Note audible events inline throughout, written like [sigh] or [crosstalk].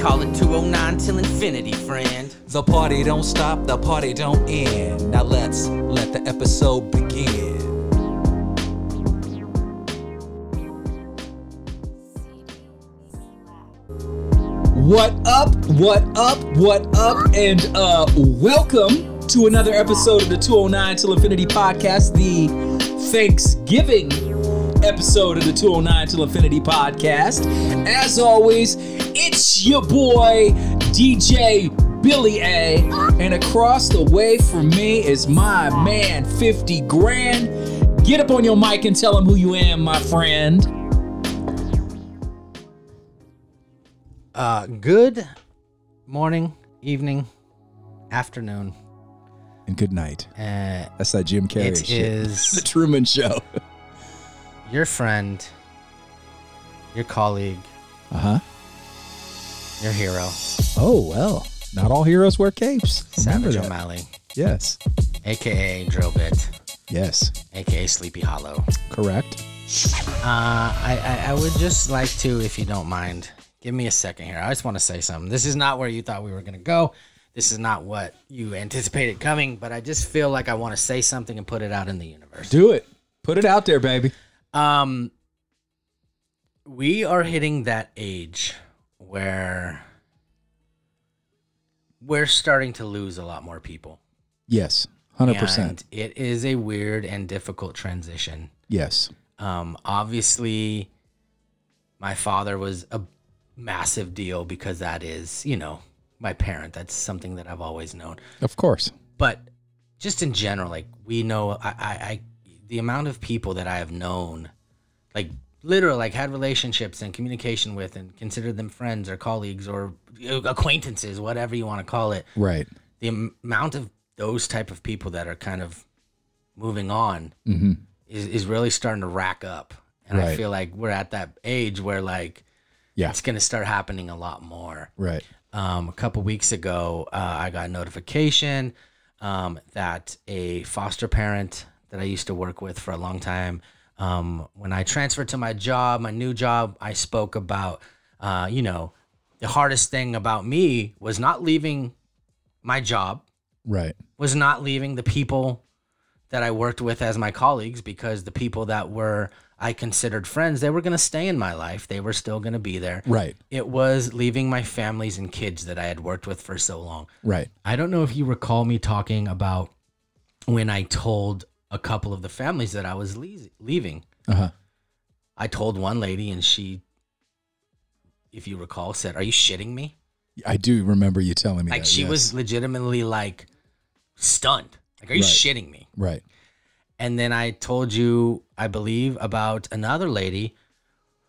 call it 209 till infinity, friend. The party don't stop, the party don't end. Now let's let the episode begin. What up, what up, what up, and uh welcome to another episode of the 209 Till Infinity Podcast, the Thanksgiving episode of the 209 Till Infinity Podcast. As always, it's your boy, DJ Billy A. And across the way from me is my man, 50 Grand. Get up on your mic and tell him who you am, my friend. Uh, good morning, evening, afternoon. And good night. Uh, That's that Jim Carrey it is Truman Show. your friend, your colleague, Uh huh. your hero, Oh, well. Not all heroes wear capes. Savage O'Malley, Yes. aka Drobit, Yes. aka Sleepy Hollow. Correct. Uh, I, I, I would just like to, if you don't mind, give me a second here. I just want to say something. This is not where you thought we were going to go. This is not what you anticipated coming, but I just feel like I want to say something and put it out in the universe. Do it. Put it out there, baby. Um, we are hitting that age where we're starting to lose a lot more people. Yes, hundred percent. And it is a weird and difficult transition. Yes, Um, obviously, my father was a massive deal because that is, you know, my parent. That's something that I've always known. of course. But just in general, like we know, I, I, I the amount of people that I have known, like literally, like had relationships and communication with, and considered them friends or colleagues or acquaintances, whatever you want to call it. Right. The am- amount of those type of people that are kind of moving on hmm is, is really starting to rack up. And I Right. feel like we're at that age where like Yeah. it's going to start happening a lot more. Right. Um, a couple weeks ago, uh, I got a notification um, that a foster parent that I used to work with for a long time, um, when I transferred to my job, my new job, I spoke about, uh, you know, the hardest thing about me was not leaving my job Right. was not leaving the people that I worked with as my colleagues because the people that were I considered friends, they were going to stay in my life. They were still going to be there. Right. It was leaving my families and kids that I had worked with for so long. Right. I don't know if you recall me talking about when I told a couple of the families that I was leas- leaving. Uh huh. I told one lady and she if you recall said, "Are you shitting me?" I do remember you telling me Like that. she yes. was legitimately like stunned. Like, "Are you Right. shitting me?" right. And then I told you, I believe, about another lady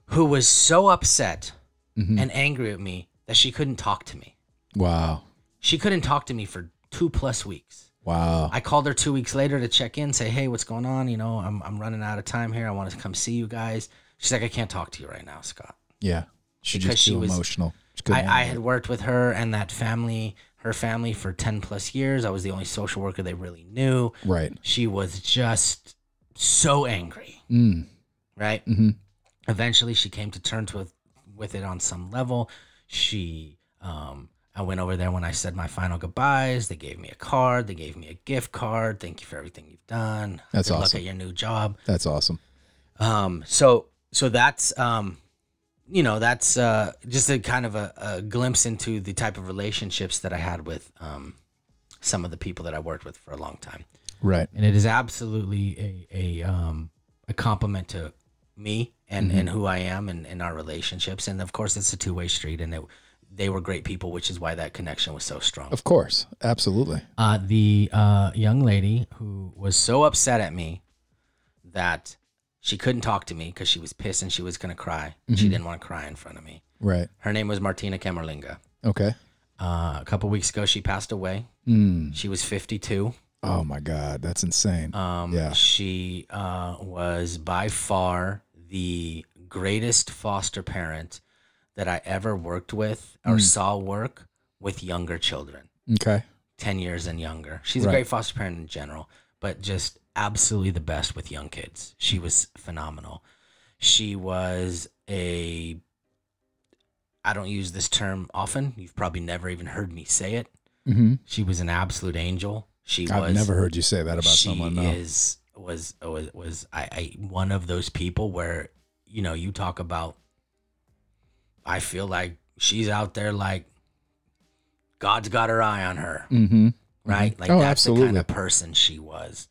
who was so upset Mhm. and angry at me that she couldn't talk to me. Wow. She couldn't talk to me for two plus weeks. Wow. I called her two weeks later to check in, say, hey, what's going on? You know, I'm, I'm running out of time here. I want to come see you guys. She's like, I can't talk to you right now, Scott. yeah. She because just she too was- emotional. She couldn't I, I had handle worked with her and that family, her family, for 10 plus years. I was the only social worker they really knew. it. Right. She was just so angry, Mm. right? Mm-hmm. Mhm. eventually she came to terms with with it on some level she um i went over there when i said my final goodbyes they gave me a card they gave me a gift card thank you for everything you've done That's Good luck awesome. at your new job That's awesome. um so so that's um you know that's uh just a kind of a, a glimpse into the type of relationships that i had with um some of the people that i worked with for a long time Right. and it is absolutely a a um a compliment to me and and who I am and and our relationships and of course it's a two way street and it, they were great people which is why that connection was so strong. Of course. Absolutely. Uh, the uh, young lady who was so upset at me that she couldn't talk to me because she was pissed and she was gonna cry. She didn't want to cry in front of me. Right. Her name was Martina Camerlinga. Okay. Uh, a couple weeks ago, she passed away. Hmm. Mm. She was 52. Oh my God. That's insane. Um, Yeah. She uh, was by far the greatest foster parent that I ever worked with Mm. or saw work with younger children, okay. 10 years and younger. She's Right. a great foster parent in general, but just absolutely the best with young kids. She was phenomenal. She was a, I don't use this term often. You've probably never even heard me say it. Mm-hmm. She was an absolute angel. She I've was never heard you say that about she someone. No. is was was was I, I one of those people where you know you talk about i feel like she's out there like god's got her eye on her Mm-hmm. right like Oh, that's the kind absolutely. of person she was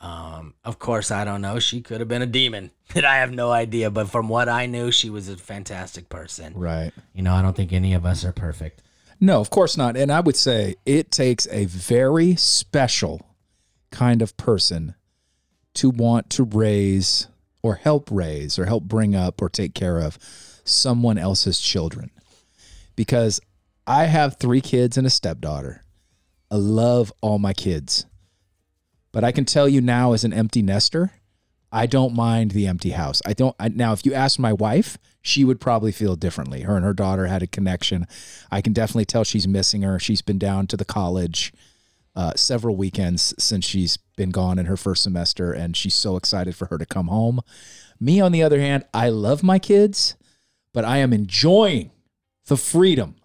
um of course i don't know she could have been a demon [laughs] that i have no idea but from what i knew she was a fantastic person Right. you know i don't think any of us are perfect No, of course not. And I would say it takes a very special kind of person to want to raise or help raise or help bring up or take care of someone else's children. Because I have three kids and a stepdaughter. I love all my kids. But I can tell you now as an empty nester, I don't mind the empty house. I don't. I, now, if you asked my wife, she would probably feel differently. Her and her daughter had a connection. I can definitely tell she's missing her. She's been down to the college uh, several weekends since she's been gone in her first semester, and she's so excited for her to come home. Me, on the other hand, I love my kids, but I am enjoying the freedom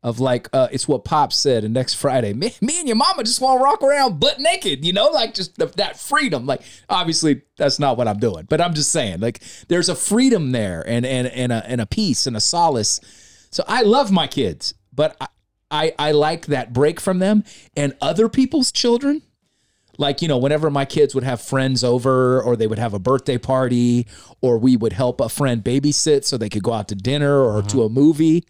of like uh, it's what Pop said. And next Friday, me, me and your mama just want to rock around butt naked, you know, like just the, that freedom. Like obviously that's not what I'm doing, but I'm just saying like there's a freedom there and and and a and a peace and a solace. So I love my kids, but I I, I like that break from them and other people's children like you know whenever my kids would have friends over or they would have a birthday party or we would help a friend babysit so they could go out to dinner or to a movie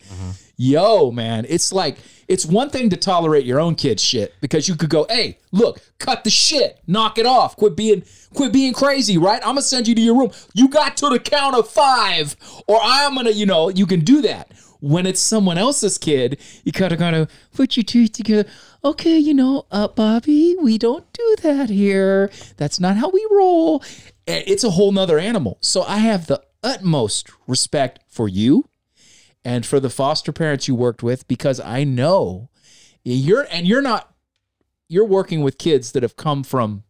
yo man it's like it's one thing to tolerate your own kids shit because you could go hey look cut the shit knock it off quit being quit being crazy right i'm gonna send you to your room you got to the count of five or i'm gonna you know you can do that when it's someone else's kid, you kind of gotta put your teeth together. Okay, you know, uh, Bobby, we don't do that here. That's not how we roll. And it's a whole nother animal. So I have the utmost respect for you and for the foster parents you worked with because I know you're and you're not you're working with kids that have come from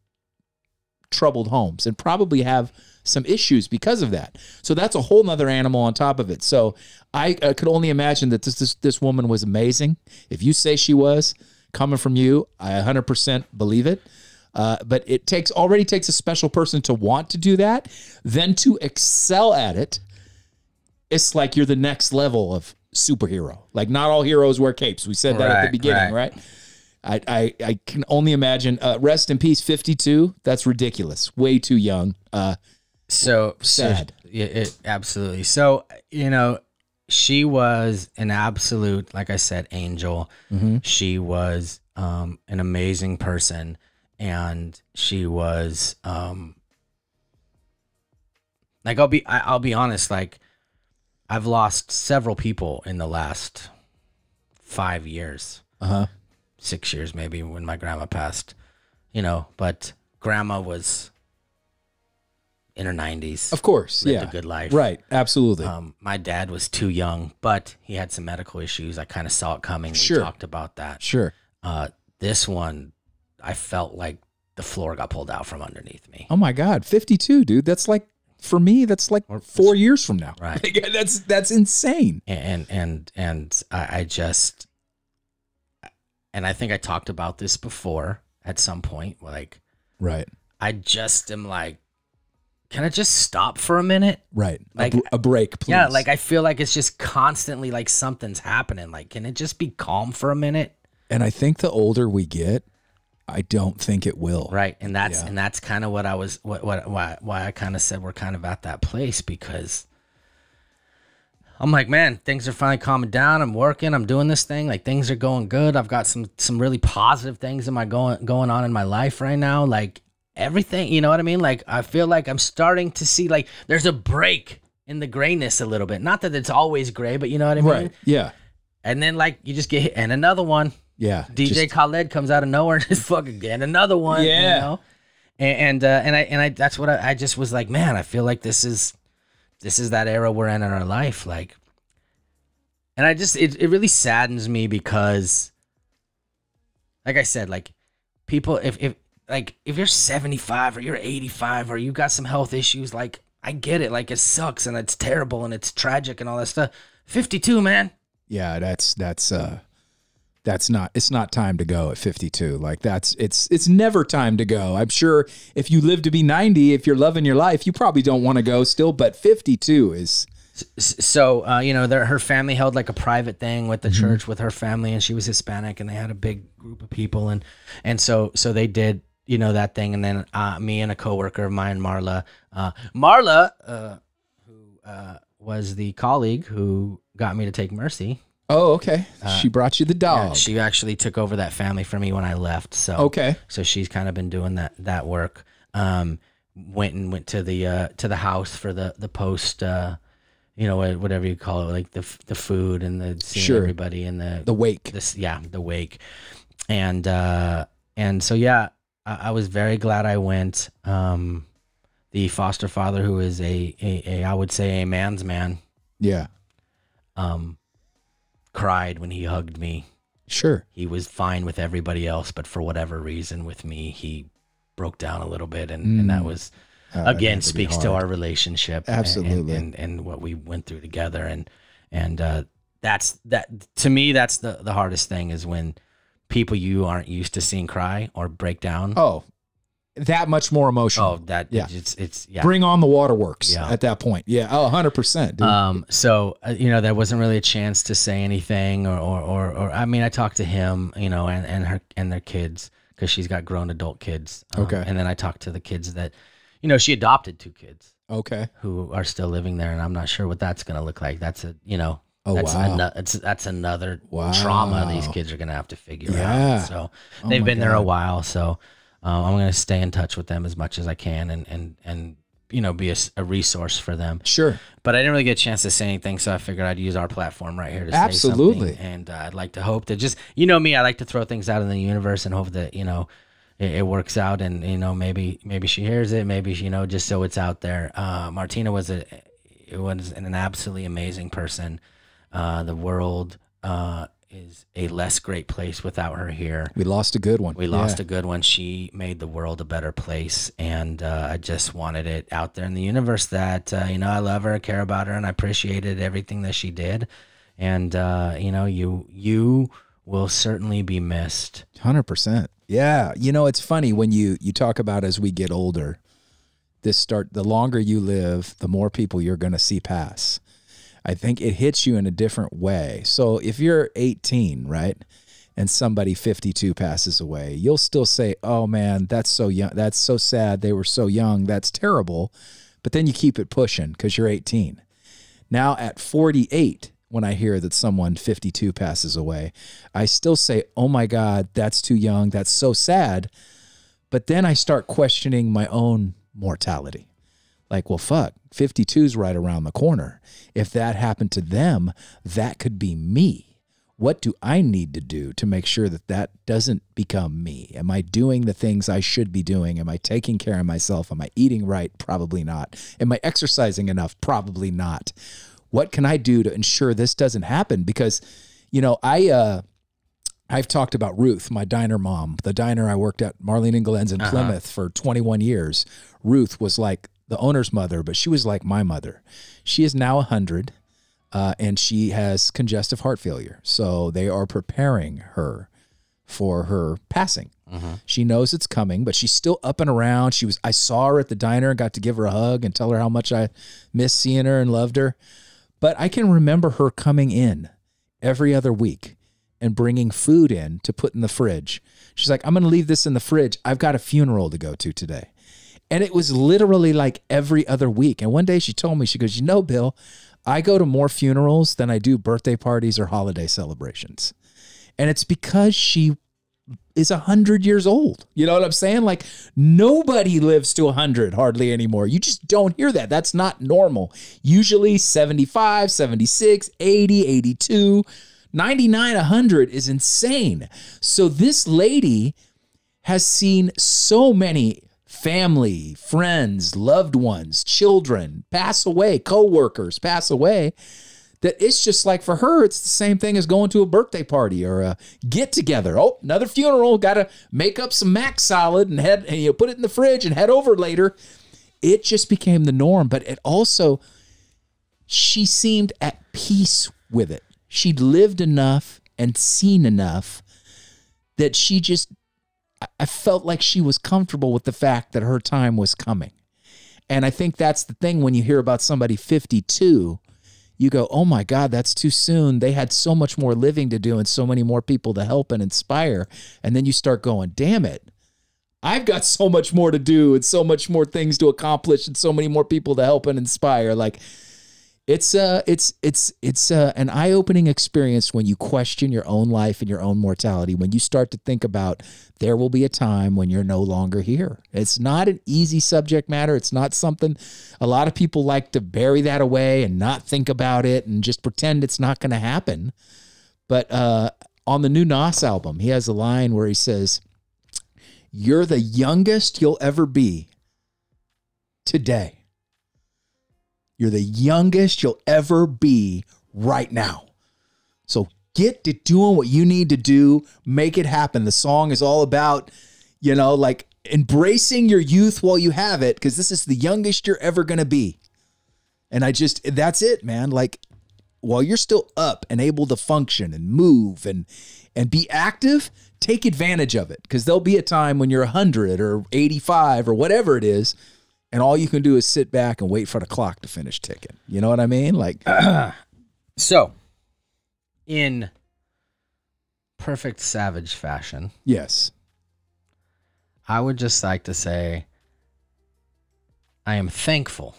troubled homes and probably have some issues because of that. So that's a whole nother animal on top of it. So I uh, could only imagine that this, this this woman was amazing. If you say she was coming from you, I 100% believe it. Uh, but it takes already takes a special person to want to do that, then to excel at it. It's like you're the next level of superhero. Like not all heroes wear capes. We said that at the Right, beginning, right? I, I, I can only imagine. Uh, rest in peace, 52. That's ridiculous. Way too young. Uh, so so- Sad. yeah, it, absolutely. So you know, she was an absolute, like I said, angel. She was um, an amazing person, and she was um, like I'll be I, I'll be honest. Like I've lost several people in the last five years uh-huh. six years maybe when my grandma passed, you know, but grandma was in her 90s. Of course. Lived yeah. a good life. Right. Absolutely. Um, my dad was too young, but he had some medical issues. I kind of saw it coming. Sure. We talked about that. sure. Uh, this one, I felt like the floor got pulled out from underneath me. Oh my God. 52, dude. That's like for me, that's like Or- four years from now. Right. Like, [laughs] that's that's insane. and and and I, I just and I think I talked about this before at some point. Like Right. I just am like, can I just stop for a minute? Right. Like- a, br- a break, please. Yeah, like I feel like it's just constantly like something's happening. Like, can it just be calm for a minute? and I think the older we get, I don't think it will. Right, and that's Yeah. and that's kind of what I was what what why why I kind of said we're kind of at that place because I'm like, man, things are finally calming down. I'm working. I'm doing this thing. Like things are going good. I've got some some really positive things in my going going on in my life right now. Like everything, you know what I mean? Like I feel like I'm starting to see like there's a break in the grayness a little bit. Not that it's always gray, but you know what I mean. Right. Yeah. And then like you just get hit, and another one. Yeah. DJ Just- Khaled comes out of nowhere and just fucking and another one. Yeah. You know? And and, uh, and I and I that's what I, I just was like, man, I feel like this is this is that era we're in in our life, like. And I just it it really saddens me because, like I said, like people if if like if you're 75 or you're 85 or you got some health issues, like I get it, like it sucks and it's terrible and it's tragic and all that stuff. 52, man. yeah, that's that's uh that's not it's not time to go at 52. Like that's it's it's never time to go. I'm sure if you live to be 90, if you're loving your life, you probably don't want to go still, but 52 is S- so uh, you know their, her family held like a private thing with the church with her family and she was hispanic and they had a big group of people and and so so they did you know that thing and then uh, me and a coworker of mine marla uh, marla uh, who uh, was the colleague who got me to take mercy Oh, okay. she brought you the Uh, Yeah, dog. she actually took over that family for me when i left so Oh. okay. so she's kind of been doing that that work um went and went to the uh to the house for the the post uh you know wha- whatever you call it like the f- the food and the seeing Sure. everybody and the, The wake. this yeah the wake and uh and so yeah I, I was very glad i went um the foster father who is a, a, a i would say a man's man yeah. um cried when he hugged me Sure. he was fine with everybody else, but for whatever reason with me, he broke down a little bit, and, and that was Uh, that again had to be speaks to hard. our relationship, a- Absolutely. and, and, and what we went through together, and and uh, that's that to me that's the the hardest thing is when people you aren't used to seeing cry or break down. Oh. Oh, That much more emotional. that Yeah. it's it's yeah. Bring on the waterworks Yeah. at that point. Yeah. Oh, 100%. Dude. Um, so uh, you know, there wasn't really a chance to say anything, or or or, or I mean, I talked to him, you know, and and her and their kids because she's got grown adult kids. Um, Okay. and then I talked to the kids that, you know, she adopted two kids okay. who are still living there, and I'm not sure what that's gonna look like. That's a you know. Oh, that's wow. ano- it's, that's another trauma these Wow. kids are going to have to figure Yeah. out. So Oh they've my been there a God. while. So um, I'm going to stay in touch with them as much as I can and, and, and, you know, be a s a a resource for them Sure. but I didn't really get a chance to say anything, so I figured I'd use our platform right here to say Absolutely. something. And uh, I'd like to hope that just you know me, I like to throw things out in the universe and hope that you know it, it works out, and you know maybe maybe she hears it, maybe you know just so it's out there. Uh, Martina was a it was an absolutely amazing person. Uh, the world uh, is a less great place without her here. We lost a good one. We lost a good one. She made the world a better place, and uh, I just wanted it out there in the universe that uh, you know I love her, I care about her, and I appreciated everything that she did. And uh, you know, you you will certainly be missed. Hundred percent. Yeah, you know it's funny when you you talk about as we get older, this start the longer you live, the more people you're going to see pass. I think it hits you in a different way. So if you're 18, right, and somebody 52 passes away, you'll still say, "Oh man, that's so young. That's so sad. They were so young. That's terrible." But then you keep it pushing because you're 18. Now at 48, when I hear that someone 52 passes away, I still say, oh my God, that's too young. That's so sad. But then I start questioning my own mortality. Like, well, fuck, 52 is right around the corner. If that happened to them, that could be me. What do I need to do to make sure that that doesn't become me? Am I doing the things I should be doing? Am I taking care of myself? Am I eating right? Probably not. Am I exercising enough? Probably not. What can I do to ensure this doesn't happen? Because, you know, I, uh, I've talked about Ruth, my diner mom, the diner I worked at Marlene and Glenn's in Plymouth for 21 years. Ruth was like the owner's mother, but she was like my mother. She is now 100 uh, and she has congestive heart failure. So they are preparing her for her passing. She knows it's coming, but she's still up and around. She was I saw her at the diner and got to give her a hug and tell her how much I missed seeing her and loved her. But I can remember her coming in every other week and bringing food in to put in the fridge. She's like, I'm going to leave this in the fridge. I've got a funeral to go to today. And it was literally like every other week. And one day she told me, she goes, You know, Bill, I go to more funerals than I do birthday parties or holiday celebrations. And it's because she is 100 years old. You know what I'm saying? Like nobody lives to 100 hardly anymore. You just don't hear that. That's not normal. Usually 75, 76, 80, 82, 99, 100 is insane. So this lady has seen so many family, friends, loved ones, children pass away, coworkers pass away that it's just like for her, it's the same thing as going to a birthday party or a get together. Oh, another funeral. Got to make up some mac salad and head and you know, put it in the fridge and head over later. It just became the norm, but it also she seemed at peace with it. She'd lived enough and seen enough that she just I- I felt like she was comfortable with the fact that her time was coming. And I think that's the thing when you hear about somebody 52 you go, oh my God, that's too soon. They had so much more living to do and so many more people to help and inspire. And then you start going, damn it, I've got so much more to do and so much more things to accomplish and so many more people to help and inspire. Like it's uh it's it's it's uh, an eye-opening experience when you question your own life and your own mortality, when you start to think about there will be a time when you're no longer here. It's not an easy subject matter. It's not something a lot of people like to bury that away and not think about it and just pretend it's not gonna happen. But uh on the new Nas album, he has a line where he says, you're the youngest you'll ever be today. You're the youngest you'll ever be right now. So get to doing what you need to do, make it happen. The song is all about, you know, like embracing your youth while you have it, because this is the youngest you're ever going to be. And I just, that's it, man. Like, while you're still up and able to function and move and and be active take advantage of it because there'll be a time when you're 100 or 85 or whatever it is and all you can do is sit back and wait for the clock to finish ticking you know what i mean like So, in perfect savage fashion, yes I would just like to say I am thankful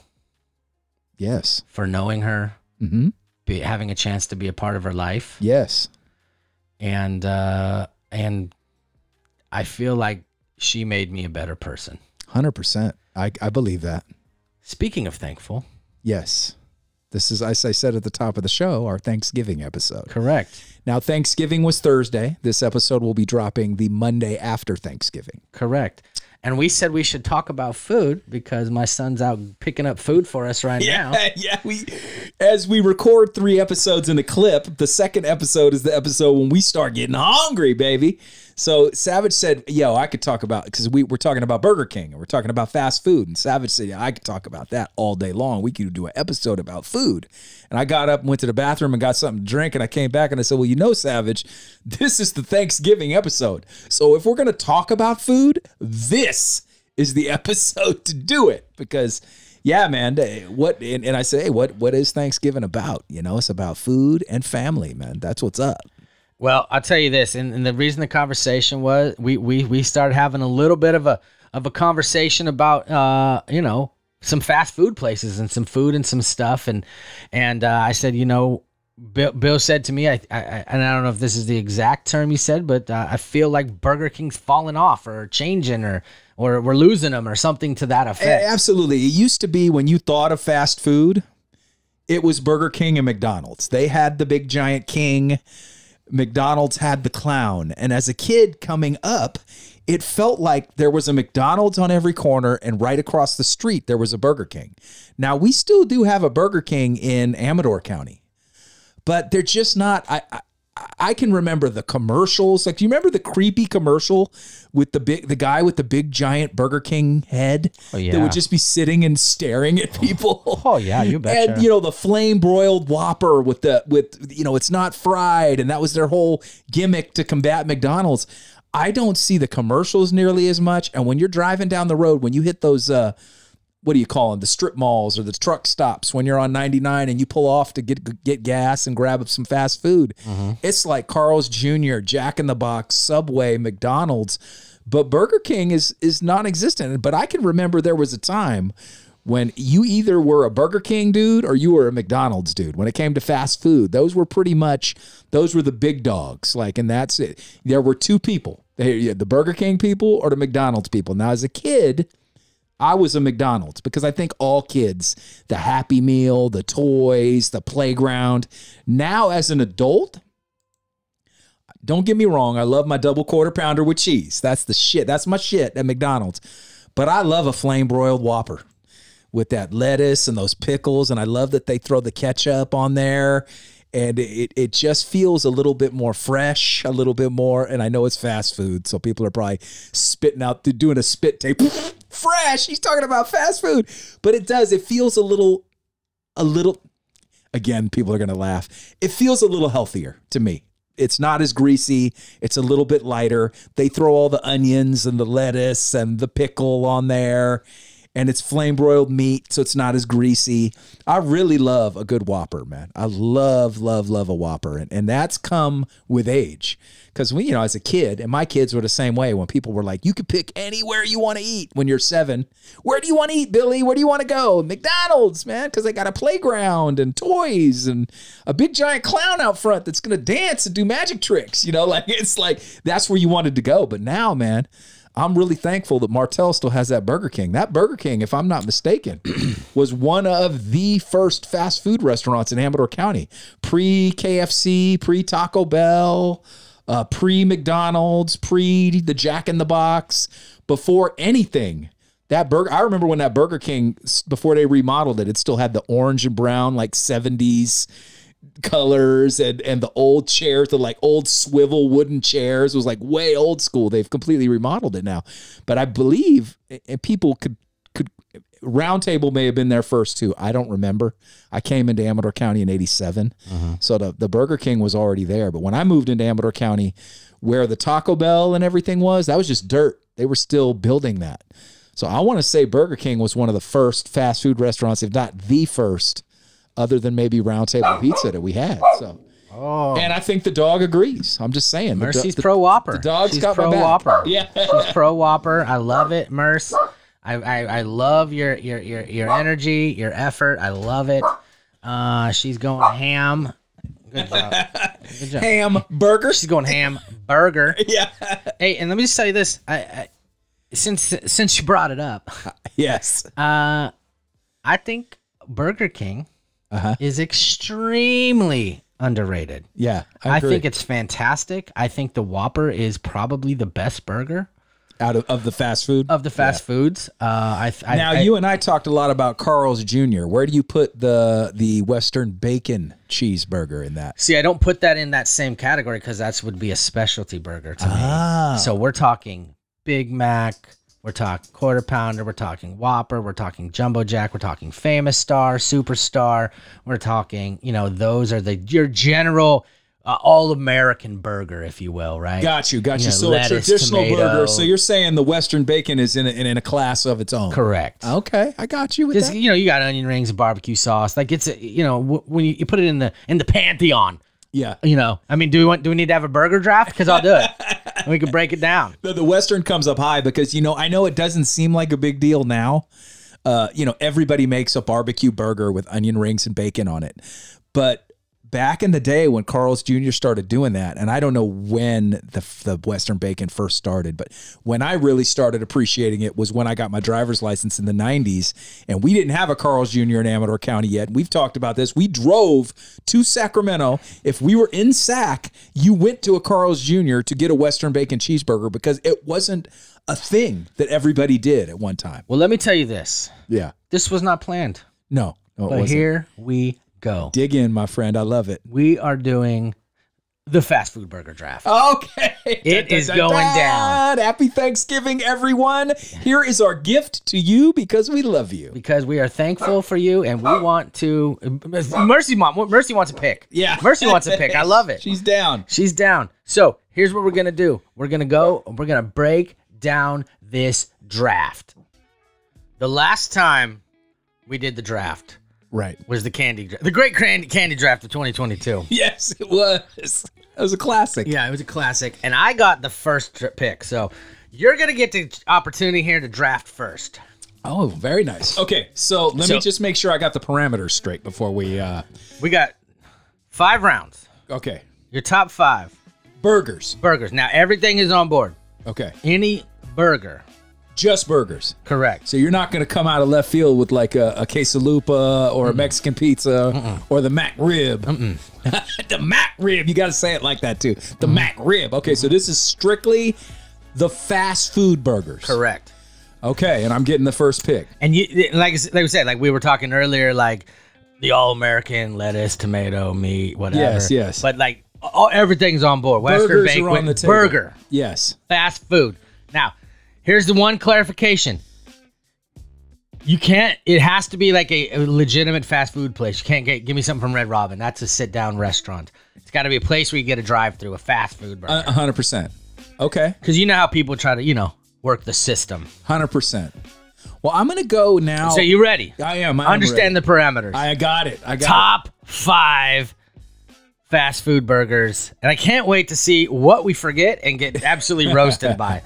yes for knowing her, hmm be, having a chance to be a part of her life, yes and uh, and I feel like she made me a better person. 100% i, I believe that Speaking of thankful, yes this is as i said at the top of the show our thanksgiving episode correct, now thanksgiving was thursday this episode will be dropping the monday after thanksgiving correct. And we said we should talk about food because my son's out picking up food for us [laughs] right [laughs] now. yeah we As we record three episodes in a clip, the second episode is the episode when we start getting hungry, baby. So Savage said, "Yo, I could talk about because we we're talking about Burger King and we're talking about fast food." And Savage said, yeah, "I could talk about that all day long. We could do an episode about food." And I got up and went to the bathroom and got something to drink, and I came back and I said, "Well, you know, Savage, [laughs] this is the Thanksgiving episode. So if we're gonna talk about food, this is the [laughs] episode to do it because." Yeah, man. eh, What and, and I say, hey, what what is Thanksgiving about? You know, it's about food and family, man. That's what's up. Well, I'll tell you this, and, and the reason the conversation was we, we we started having a little bit of a of a conversation about uh, you know some fast food places and some food and some stuff, and and uh, I said you know Bill, Bill said to me I, I I- and I don't know if this is the exact term he said, but uh, I feel like Burger King's falling off or changing or or we're losing them or something to that effect. A- Absolutely. It used to be when you thought of fast food, it was Burger King and McDonald's. They had the big giant king, McDonald's had the clown. And as a kid coming up, it felt like there was a McDonald's on every corner and right across the street there was a Burger King. Now we still do have a Burger King in Amador County but they're just not I, I I can remember the commercials. Like, do you remember the creepy commercial with the big the guy with the big giant Burger King head Oh, that yeah. would just be sitting and staring at people? [laughs] Oh yeah, you betcha. And you know the flame broiled Whopper with the with you know it's not fried, and that was their whole gimmick to combat McDonald's. I don't see the commercials nearly as much. And when you're driving down the road, when you hit those uh, what do you call them, the strip malls or the truck stops, when you're on 99 and you pull off to get get gas and grab up some fast food, it's like Carl's Jr., Jack in the Box, Subway, McDonald's. But Burger King is is non-existent. But I can remember there was a time when you either were a Burger King dude or you were a McDonald's dude. When it came to fast food, those were pretty much those were the big dogs. Like, and that's it. There were two people: They- the Burger King people or the McDonald's people. Now, as a kid, I was a McDonald's because I think all kids, the Happy Meal, the toys, the playground. Now, as an adult, don't get me wrong, I love my double quarter pounder with cheese. That's the shit. That's my shit at McDonald's. But I love a flame broiled Whopper with that lettuce and those pickles. And I love that they throw the ketchup on there. And it, it just feels a little bit more fresh, a little bit more. And I know it's fast food. So people are probably spitting out, doing a spit tape. [laughs] fresh. He's talking about fast food. But it does. It feels a little, a little, again, people are going to laugh. It feels a little healthier to me. It's not as greasy. It's a little bit lighter. They throw all the onions and the lettuce and the pickle on there. And it's flame broiled meat, so it's not as greasy. I really love a good Whopper, man. I love, love, love a Whopper. And, and that's come with age. Because we, you know, as a kid, and my kids were the same way when people were like, you could pick anywhere you want to eat when you're seven. Where do you want to eat, Billy? Where do you want to go? McDonald's, man, because they got a playground and toys and a big giant clown out front that's going to dance and do magic tricks. You know, [laughs] like it's like that's where you wanted to go. But now, man, I'm really thankful that Martell still has that Burger King. That Burger King, if I'm not mistaken, [clears throat] was one of the first fast food restaurants in Amador County, pre KFC, pre Taco Bell uh, pre McDonald's, pre the Jack in the Box, before anything. That burger, I remember when that Burger King, s- before they remodeled it, it still had the orange and brown, like 70s colors and and the old chairs the like old swivel wooden chairs It was like way old school they've completely remodeled it now but i believe and people could could round table may have been there first too i don't remember i came into amador county in 87 so the, the burger king was already there but when i moved into amador county where the taco bell and everything was that was just dirt they were still building that so i want to say burger king was one of the first fast food restaurants if not the first other than maybe round table pizza that we had so oh, and i think the dog agrees i'm just saying the do- Mercy's the- pro Whopper. the dog's She's got my pro back. Whopper. yeah She's pro Whopper. I love it, Merce. I, I, I love your, your your your energy, your effort. I love it. Uh, she's going ham. Good job. Good job. ham burgers [laughs] She's going ham burger. yeah Hey, and let me just tell you this. I, I since since you brought it up, yes uh, I think Burger King Uh-huh. is extremely underrated. yeah I, agree. think it's fantastic. I think the Whopper is probably the best burger out of, of the fast food of the fast foods. Uh, I, I Now I- you and I talked a lot about Carl's Jr. Where do you put the the Western bacon cheeseburger in that? see. I don't put that in that same category because that would be a specialty burger to Ah. me. So we're talking Big Mac. We're talking quarter pounder. We're talking Whopper. We're talking Jumbo Jack. We're talking Famous Star, Superstar. We're talking, you know, those are the your general uh, all American burger, if you will, right? Got you, got you. Yeah, so a lettuce, traditional tomato. burger. So you're saying the Western bacon is in a, in, a class of its own. Correct. Okay, I got you with Because that. you know you got onion rings, barbecue sauce. Like it's a, you know w- when you, you put it in the in the pantheon. Yeah. You know, I mean, do we want do we need to have a burger draft? Because I'll [laughs] do it. and we can break it down. The, the Western comes up high because you know I know it doesn't seem like a big deal now. Uh, you know everybody makes a barbecue burger with onion rings and bacon on it, but back in the day when Carl's Jr. started doing that, and I don't know when the the Western bacon first started, but when I really started appreciating it was when I got my driver's license in the '90s, and we didn't have a Carl's Jr. in Amador County yet. We've talked about this. We drove to Sacramento. If we were in Sac, you went to a Carl's Jr. to get a Western bacon cheeseburger because it wasn't a thing that everybody did at one time. Well, let me tell you this. Yeah, This was not planned, no, no, it but wasn't. here we go. Dig in, my friend. I love it. We are doing the fast food burger draft. Oh. [laughs] Okay. It is going down. Happy Thanksgiving, everyone. Here is our gift to you because we love you. because we are thankful for you and Oh. we want to mercy mom mercy wants a pick Yeah. [laughs] mercy wants a pick i love it She's down. she's down so here's what we're gonna do we're gonna go we're gonna break down this draft the last time we did the draft Right. was the candy dra- the great candy, candy draft of 2022 Yes, it was. That was a classic. yeah it was a classic and i got the first dr- pick so you're gonna get the opportunity here to draft first Oh, very nice. Okay, so let So- me just. Just make sure I got the parameters straight before we. uh we got five rounds Okay. your top five Burgers. burgers now everything is on board Okay. any burger. Just burgers. Correct. So you're not going to come out of left field with like a, a quesalupa or a Mexican pizza or the mac rib. [laughs] the mac rib. You got to say it like that too. The Mm-hmm. mac rib. Okay, so this is strictly the fast food burgers. Correct. Okay, and I'm getting the first pick. And you like like we said, like we were talking earlier, like the all American lettuce, tomato, meat, whatever. Yes, yes. But like all, everything's on board. Western Burgers banquet, are on the table. burger, Yes. fast food. Now, here's the one clarification. You can't. It has to be like a, a legitimate fast food place. You can't get give me something from Red Robin. That's a sit down restaurant. It's got to be a place where you get a drive through, a fast food burger. Uh, 100%. Okay. Because you know how people try to you know work the system. 100%. Well, I'm going to go now. So you ready? I am. I am Understand the parameters. ready. I got it. I got Top five fast food burgers, and I can't wait to see what we forget and get absolutely roasted [laughs] by.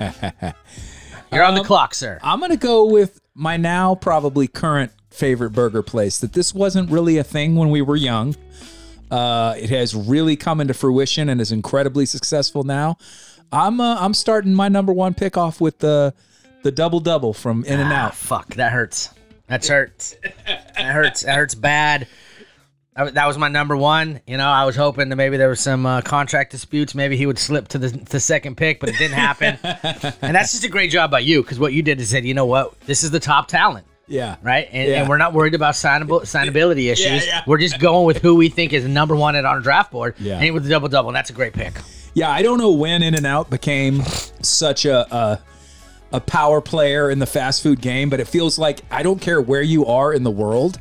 You're Um, on the clock, sir. I'm gonna go with my now probably current favorite burger place. That this wasn't really a thing when we were young. Uh, it has really come into fruition and is incredibly successful now. I'm uh, I'm starting my number one pick off with the the double double from In and Ah, Out. fuck, that hurts. That hurts. That hurts. That hurts bad. I w- That was my number one. You know, I was hoping that maybe there was some uh, contract disputes. Maybe he would slip to the to second pick, but it didn't happen. and that's just a great job by you because what you did is said, you know what, this is the top talent. Yeah, right? And, Yeah. and we're not worried about signable, signability issues. yeah. We're just going with who we think is number one at our draft board, Yeah. and with the double double, and that's a great pick. Yeah, I don't know when In and Out became such a, a a power player in the fast food game, but it feels like I don't care where you are in the world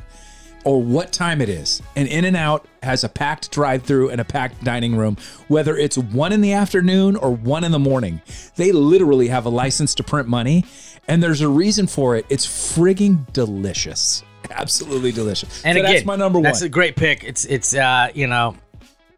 or what time it is. An In and Out has a packed drive-through and a packed dining room, whether it's one in the afternoon or one in the morning. They literally have a license to print money, and there's a reason for it. It's frigging delicious. [laughs] Absolutely delicious. And so again, that's my number one. That's a great pick. It's it's uh you know,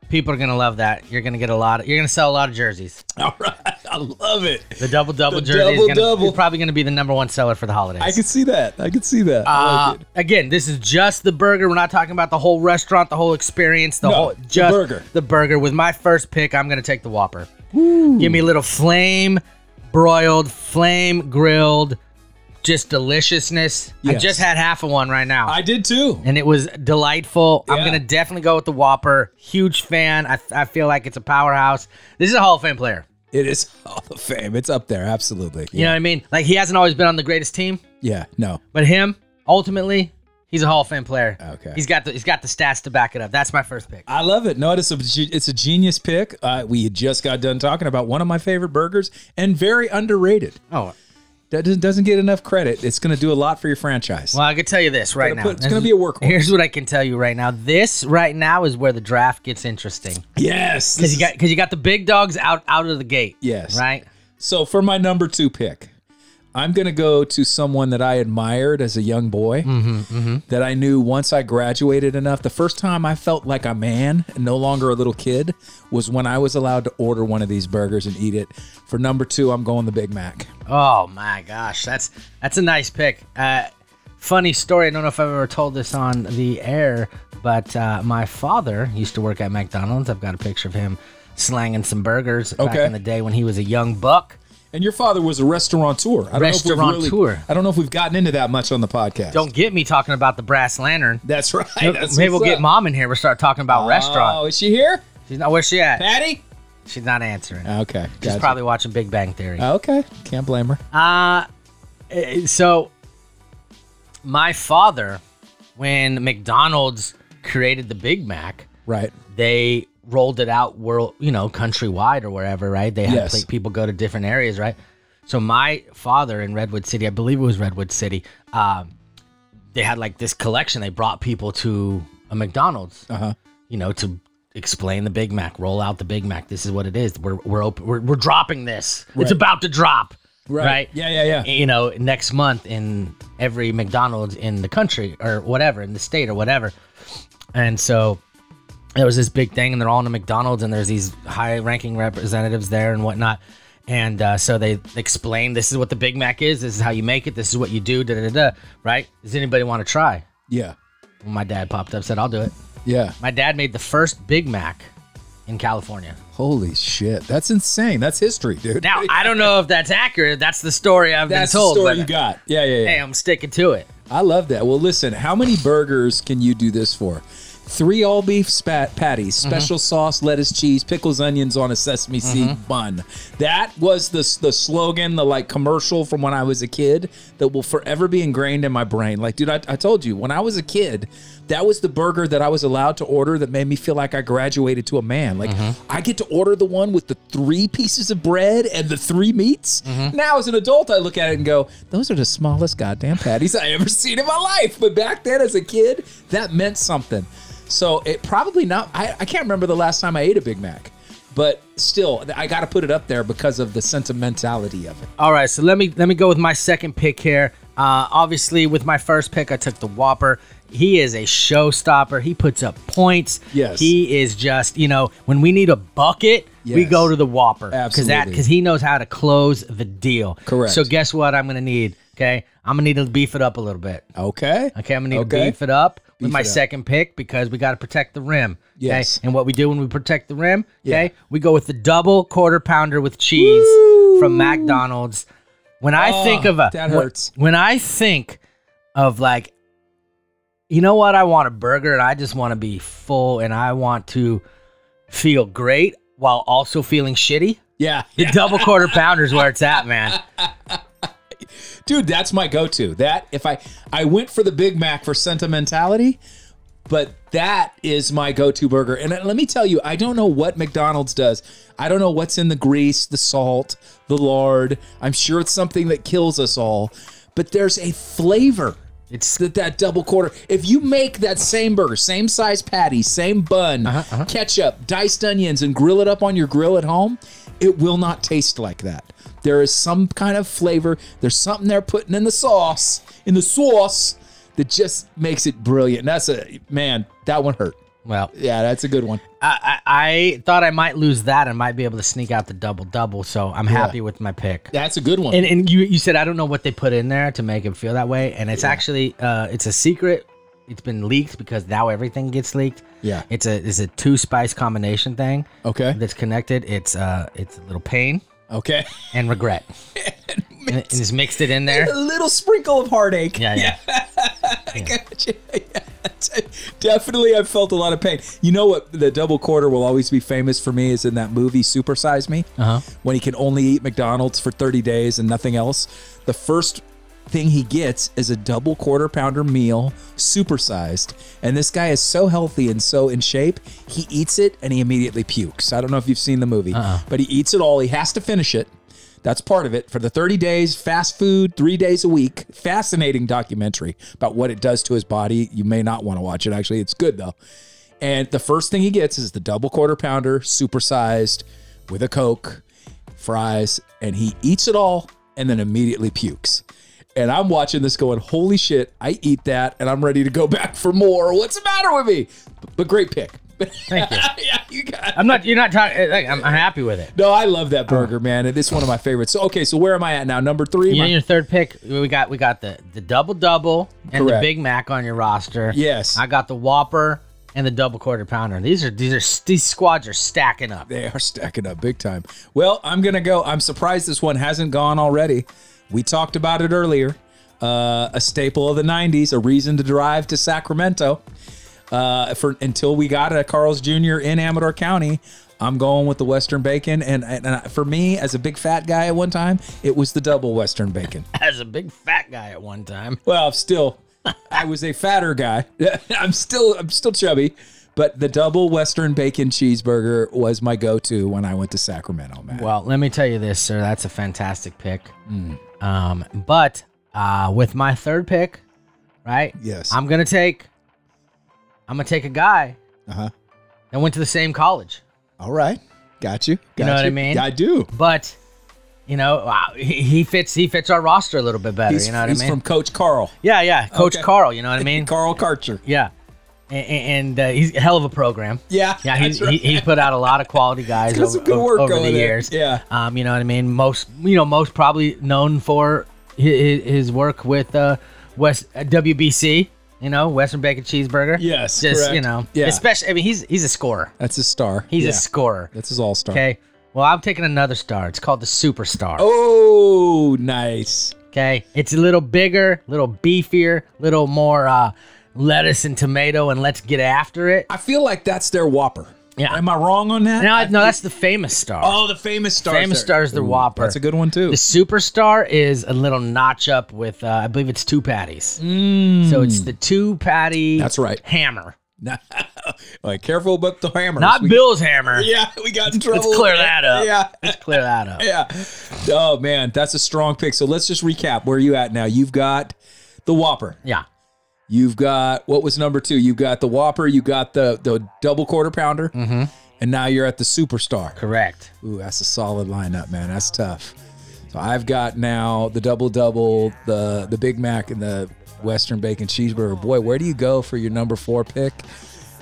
people are gonna love that. You're gonna get a lot. Of, you're gonna sell a lot of jerseys. [laughs] All right. I love it. The double double [laughs] The jersey is, gonna, double-double. is probably gonna be the number one seller for the holidays. I can see that. I can see that. I uh, like it. again, this is just the burger. We're not talking about the whole restaurant, the whole experience, the No, whole the just burger. The burger. With my first pick, I'm gonna take the Whopper. Give me a little flame broiled, flame grilled, just deliciousness. I Yes. just had half of one right now. I did too. and it was delightful. I'm Yeah. gonna definitely go with the Whopper. Huge fan. I, I feel like it's a powerhouse. This is a Hall of Fame player. It is [laughs] Hall of Fame. It's up there, absolutely. You know what I mean? Like he hasn't always been on the greatest team, Yeah. No. but him ultimately, he's a Hall of Fame player. Okay. He's got the he's got the stats to back it up. That's my first pick. I love it. No, it's a ge- it's a genius pick. Uh, we just got done talking about one of my favorite burgers and very underrated. Oh That doesn't, doesn't get enough credit. It's going to do a lot for your franchise. well, I could tell you this right Gonna now. put- it's This gonna is- be a workhorse. Here's what I can tell you right now. This right now is where the draft gets interesting. yes. Because you got because you got the big dogs out out of the gate. Yes. Right. So for my number two pick, I'm going to go to someone that I admired as a young boy Mm-hmm, that I knew once I graduated enough. The first time I felt like a man and no longer a little kid was when I was allowed to order one of these burgers and eat it. For number two, I'm going the Big Mac. Oh my gosh, that's that's a nice pick. Uh, funny story. I don't know if I've ever told this on the air, but uh, my father used to work at McDonald's. I've got a picture of him slanging some burgers back Okay. in the day when he was a young buck. And your father was a restaurateur. I don't Know if we've really, Restaurateur. I don't know if we've gotten into that much on the podcast. Don't get me talking about the brass lantern. That's right. That's Maybe we'll what's get up. mom in here. We'll start talking about restaurant. Oh, is she here? She's not. Where's she at? Patty? She's not answering. Okay. She's Uh, gotcha. probably watching Big Bang Theory. Okay. Can't blame her. Uh, eh, so my father, when McDonald's created the Big Mac, Right. they rolled it out world, you know, countrywide or wherever, right? They had Yes. like people go to different areas, right? So my father in Redwood City, I believe it was Redwood City, um, they had like this collection. They brought people to a McDonald's, Uh-huh. you know, to explain the Big Mac, roll out the Big Mac. This is what it is. We're we're op- we're, we're dropping this. It's Right. about to drop. right? Yeah, yeah, yeah. you know, next month in every McDonald's in the country or whatever, in the state or whatever. And so there was this big thing, and they're all in a McDonald's, and there's these high ranking representatives there and whatnot. And uh, so they explain this is what the Big Mac is, this is how you make it, this is what you do, da da da, da," right? Does anybody want to try? Yeah. Well, my dad popped up, said, I'll do it. Yeah. My dad made the first Big Mac in California. Holy shit. That's insane. That's history, dude. Now, I don't know if that's accurate. That's the story I've That's been told. the story but, you got. Yeah, yeah, yeah. Hey, I'm sticking to it. I love that. Well, listen, how many burgers can you do this for? Three all beef spat patties, Mm-hmm. special sauce, lettuce, cheese, pickles, onions on a sesame Mm-hmm. seed bun. That was the the slogan, the like commercial from when I was a kid that will forever be ingrained in my brain. Like, dude, I, I told you when I was a kid, that was the burger that I was allowed to order that made me feel like I graduated to a man. Like, Mm-hmm. I get to order the one with the three pieces of bread and the three meats. Mm-hmm. Now, as an adult, I look at it and go, those are the smallest goddamn patties I ever seen in my life. But back then, as a kid, that meant something. So it probably not, I, I can't remember the last time I ate a Big Mac, but still, I got to put it up there because of the sentimentality of it. All right, so let me let me go with my second pick here. Uh, obviously, with my first pick, I took the Whopper. He is a showstopper. He puts up points. Yes. He is just you know when we need a bucket, we Yes. go to the Whopper because that Absolutely. because he knows how to close the deal. Correct. So guess what? I'm gonna need. Okay, I'm gonna need to beef it up a little bit. Okay. Okay, I'm gonna need to Okay. beef it up with Beef my it up. second pick because we got to protect the rim. okay? Yes. And what we do when we protect the rim, okay, Yeah. we go with the double quarter pounder with cheese from McDonald's. When I Oh, think of a that wh- hurts. when I think of like, you know what, I want a burger and I just want to be full and I want to feel great while also feeling shitty. Yeah. The [laughs] double quarter pounder is where it's at, man. dude that's my go-to that if i i went for the big mac for sentimentality but that is my go-to burger and let me tell you i don't know what mcdonald's does i don't know what's in the grease the salt the lard i'm sure it's something that kills us all but there's a flavor It's that that double quarter if you make that same burger same size patty same bun ketchup diced onions and grill it up on your grill at home it will not taste like that there is some kind of flavor there's something they're putting in the sauce in the sauce that just makes it brilliant and that's a man that one hurt well, yeah that's a good one I, I I thought I might lose that and might be able to sneak out the double double, so I'm happy with my pick. that's a good one And and you you said I don't know what they put in there to make it feel that way, and it's actually uh it's a secret. It's been leaked because now everything gets leaked. Yeah. it's a it's a two spice combination thing okay that's connected. It's uh it's a little pain okay and regret, and, it- and it's mixed it [laughs] in there. [laughs] a little sprinkle of heartache Yeah, yeah. Gotcha. [laughs] Definitely, I've felt a lot of pain. You know what? The double quarter will always be famous for me is in that movie Super Size Me, Uh-huh. when he can only eat McDonald's for 30 days and nothing else. The first thing he gets is a double quarter pounder meal, supersized. And this guy is so healthy and so in shape, he eats it and he immediately pukes. I don't know if you've seen the movie, but he eats it all. He has to finish it. That's part of it for the 30 days, fast food, three days a week. Fascinating documentary about what it does to his body. You may not want to watch it, actually. It's good, though. And the first thing he gets is the double quarter pounder, supersized, with a Coke, fries, and he eats it all and then immediately pukes. And I'm watching this going, holy shit, I eat that and I'm ready to go [laughs] back for more. What's the matter with me? But great pick. Thank you. [laughs] yeah, you got it. I'm not. You're not talking. Like, I'm, I'm happy with it. No, I love that burger, man. It is one of my favorites. So, okay, so where am I at now? Number three? You know My- your third pick. We got we got the the double double and the Correct. Big Mac on your roster. Yes. I got the Whopper and the double quarter pounder. These are these are these squads are stacking [laughs] up. [laughs] They are stacking up big time. Well, I'm going to go. I'm surprised this one hasn't gone already. We talked about it earlier. Uh, a staple of the 90s, a reason to drive to Sacramento. Uh, for until we got a Carl's Jr. in Amador County, I'm going with the Western Bacon. And, and, and for me, as a big fat guy at one time, it was the double Western Bacon. As a big fat guy at one time. [laughs] Well, I'm still, I was a fatter guy. I'm still, I'm still chubby, But the double Western bacon cheeseburger was my go to when I went to Sacramento, man. Well, let me tell you this, sir. That's a fantastic pick. Mm. Um, but uh, with my third pick, right? yes. I'm gonna take. I'm gonna take a guy uh-huh. that went to the same college, All right. Got you. You Got know what I mean? Yeah, I do. but you know wow, he, he fits he fits our roster a little bit better. He's, you know what I he's mean? from Coach Carl. yeah, yeah. Coach Okay. Carl. You know what I [laughs] mean? Carl Karcher. yeah. A- a- And, uh, he's a hell of a program. Yeah. Yeah, he's, he, he's put out a lot of quality guys He's got over, some good work over the going there. years. Yeah. Um, you know what I mean? Most, you know, most probably known for his, his work with uh, West uh, WBC. You know, Western Bacon Cheeseburger. Yes, just correct. you know, Yeah. Especially, I mean, he's he's a scorer. That's his star. He's yeah. a scorer. That's his all star. Okay. Well, I'm taking another star. It's called the superstar. Oh, nice. Okay. It's a little bigger, little beefier, little more uh, lettuce and tomato, and let's get after it. I feel like that's their Whopper. Yeah. Am I wrong on that? No, no, that's the famous star. Oh, the famous star. Famous Star's their Whopper. That's a good one too. The superstar is a little notch up with, uh, I believe it's two patties. So it's the two patty. That's right. Hammer, like, careful about the hammer. not Bill's hammer. Yeah, we got in trouble. Let's clear with that up. Yeah. Let's clear that up. Yeah. Oh man, that's a strong pick. So let's just recap where you at now. You've got the Whopper. Yeah. You've got what was number two? You've got the Whopper. You got the the double quarter pounder. Mm-hmm. And now you're at the superstar. Correct. Ooh, that's a solid lineup, man. That's tough. So I've got now the double double, the the Big Mac, and the Western bacon cheeseburger. Boy, where do you go for your number four pick?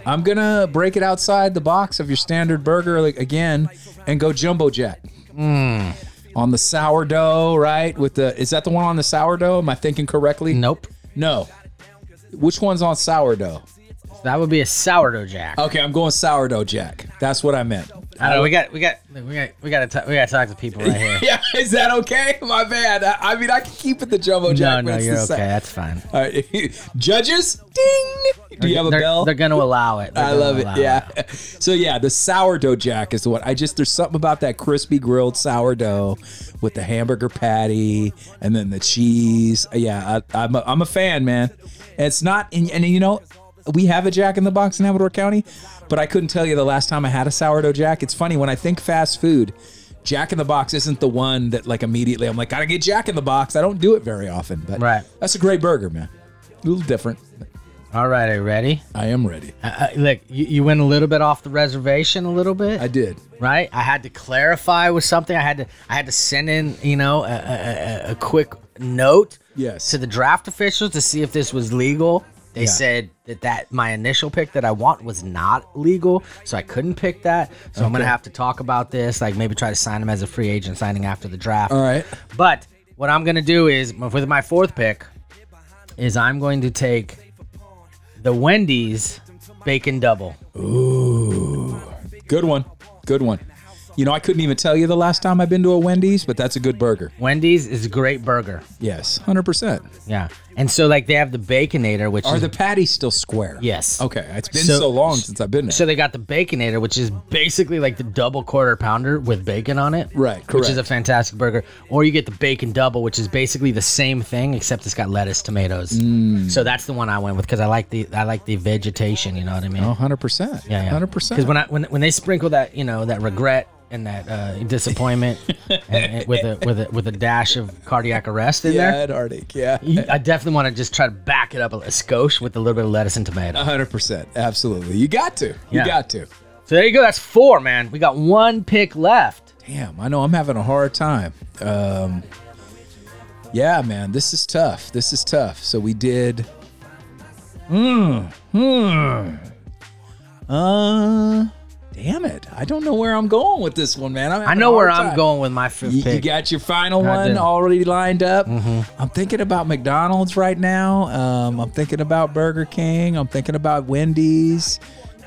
I'm gonna break it outside the box of your standard burger like, again, and go jumbo jack on the sourdough. Right with the is that the one on the sourdough? Am I thinking correctly? Nope. No. Which one's on sourdough? That would be a sourdough jack. Okay, I'm going sourdough jack. That's what I meant. I oh. don't know. We got, we got, we got, we got to, talk, we got to talk to [laughs] people right here. Yeah, is that okay? My bad. I, I mean, I can keep it the jumbo no, jack. no, but it's you're the okay. same. That's fine. All right, [laughs] judges, ding. Do you have a they're, bell? They're gonna allow it. They're I gonna love it. allow Yeah. [laughs] So yeah, the sourdough jack is the one. I just there's something about that crispy grilled sourdough with the hamburger patty and then the cheese. Yeah, I, I'm a, I'm a fan, man. And it's not and, and you know we have a Jack in the Box in Amador County, but I couldn't tell you the last time I had a sourdough jack. It's funny when I think fast food. Jack in the Box isn't the one that like immediately I'm like gotta get Jack in the Box. I don't do it very often, but Right. that's a great burger, man. A little different. but All right, are you ready? I am ready. Uh, uh, look, you, you went a little bit off the reservation, a little bit. I did. right? I had to clarify with something. I had to I had to send in, you know, a, a, a- a quick note Yes. to the draft officials to see if this was legal. They Yeah. said that that my initial pick that I want was not legal, so I couldn't pick that. So I'm gonna have to talk about this, like maybe try to sign him as a free agent, signing after the draft. All right. But what I'm gonna do is with my fourth pick is I'm going to take the Wendy's bacon double. Good one. Good one. You know, I couldn't even tell you the last time I've been to a Wendy's, but that's a good burger. Wendy's is a great burger. Yes, 100%. Yeah. And so like they have the baconator, which Are is the patties still square? Yes. Okay. It's been so, So- long since I've been there. so they got the baconator, which is basically like the double quarter pounder with bacon on it. Right, Which is a correct. fantastic burger. Or you get the bacon double, which is basically the same thing except it's got lettuce, tomatoes. Mm. So that's the one I went with because I like the I like the vegetation. You know what I mean? oh, 100%. yeah, yeah. 100%. Because when I when, when they sprinkle that you know that regret and that uh, [laughs] disappointment and, and with a with a with a dash of cardiac arrest in yeah, there. at Arctic. Yeah. you- I definitely want to just try to back it up a skosh with a little bit of lettuce and tomato. 100%. Absolutely. You got to. You Yeah. got to. So there you go. That's four, man. We got one pick left. Damn, I know I'm having a hard time. Um, yeah, man, this is tough. This is tough. So we did. Hmm. Hmm. Uh, damn it! I don't know where I'm going with this one, man. I'm I having a know where hard I'm time. going with my fifth You, you pick. got your final I one did. already lined up. I'm thinking about McDonald's right now. Um, I'm thinking about Burger King. I'm thinking about Wendy's,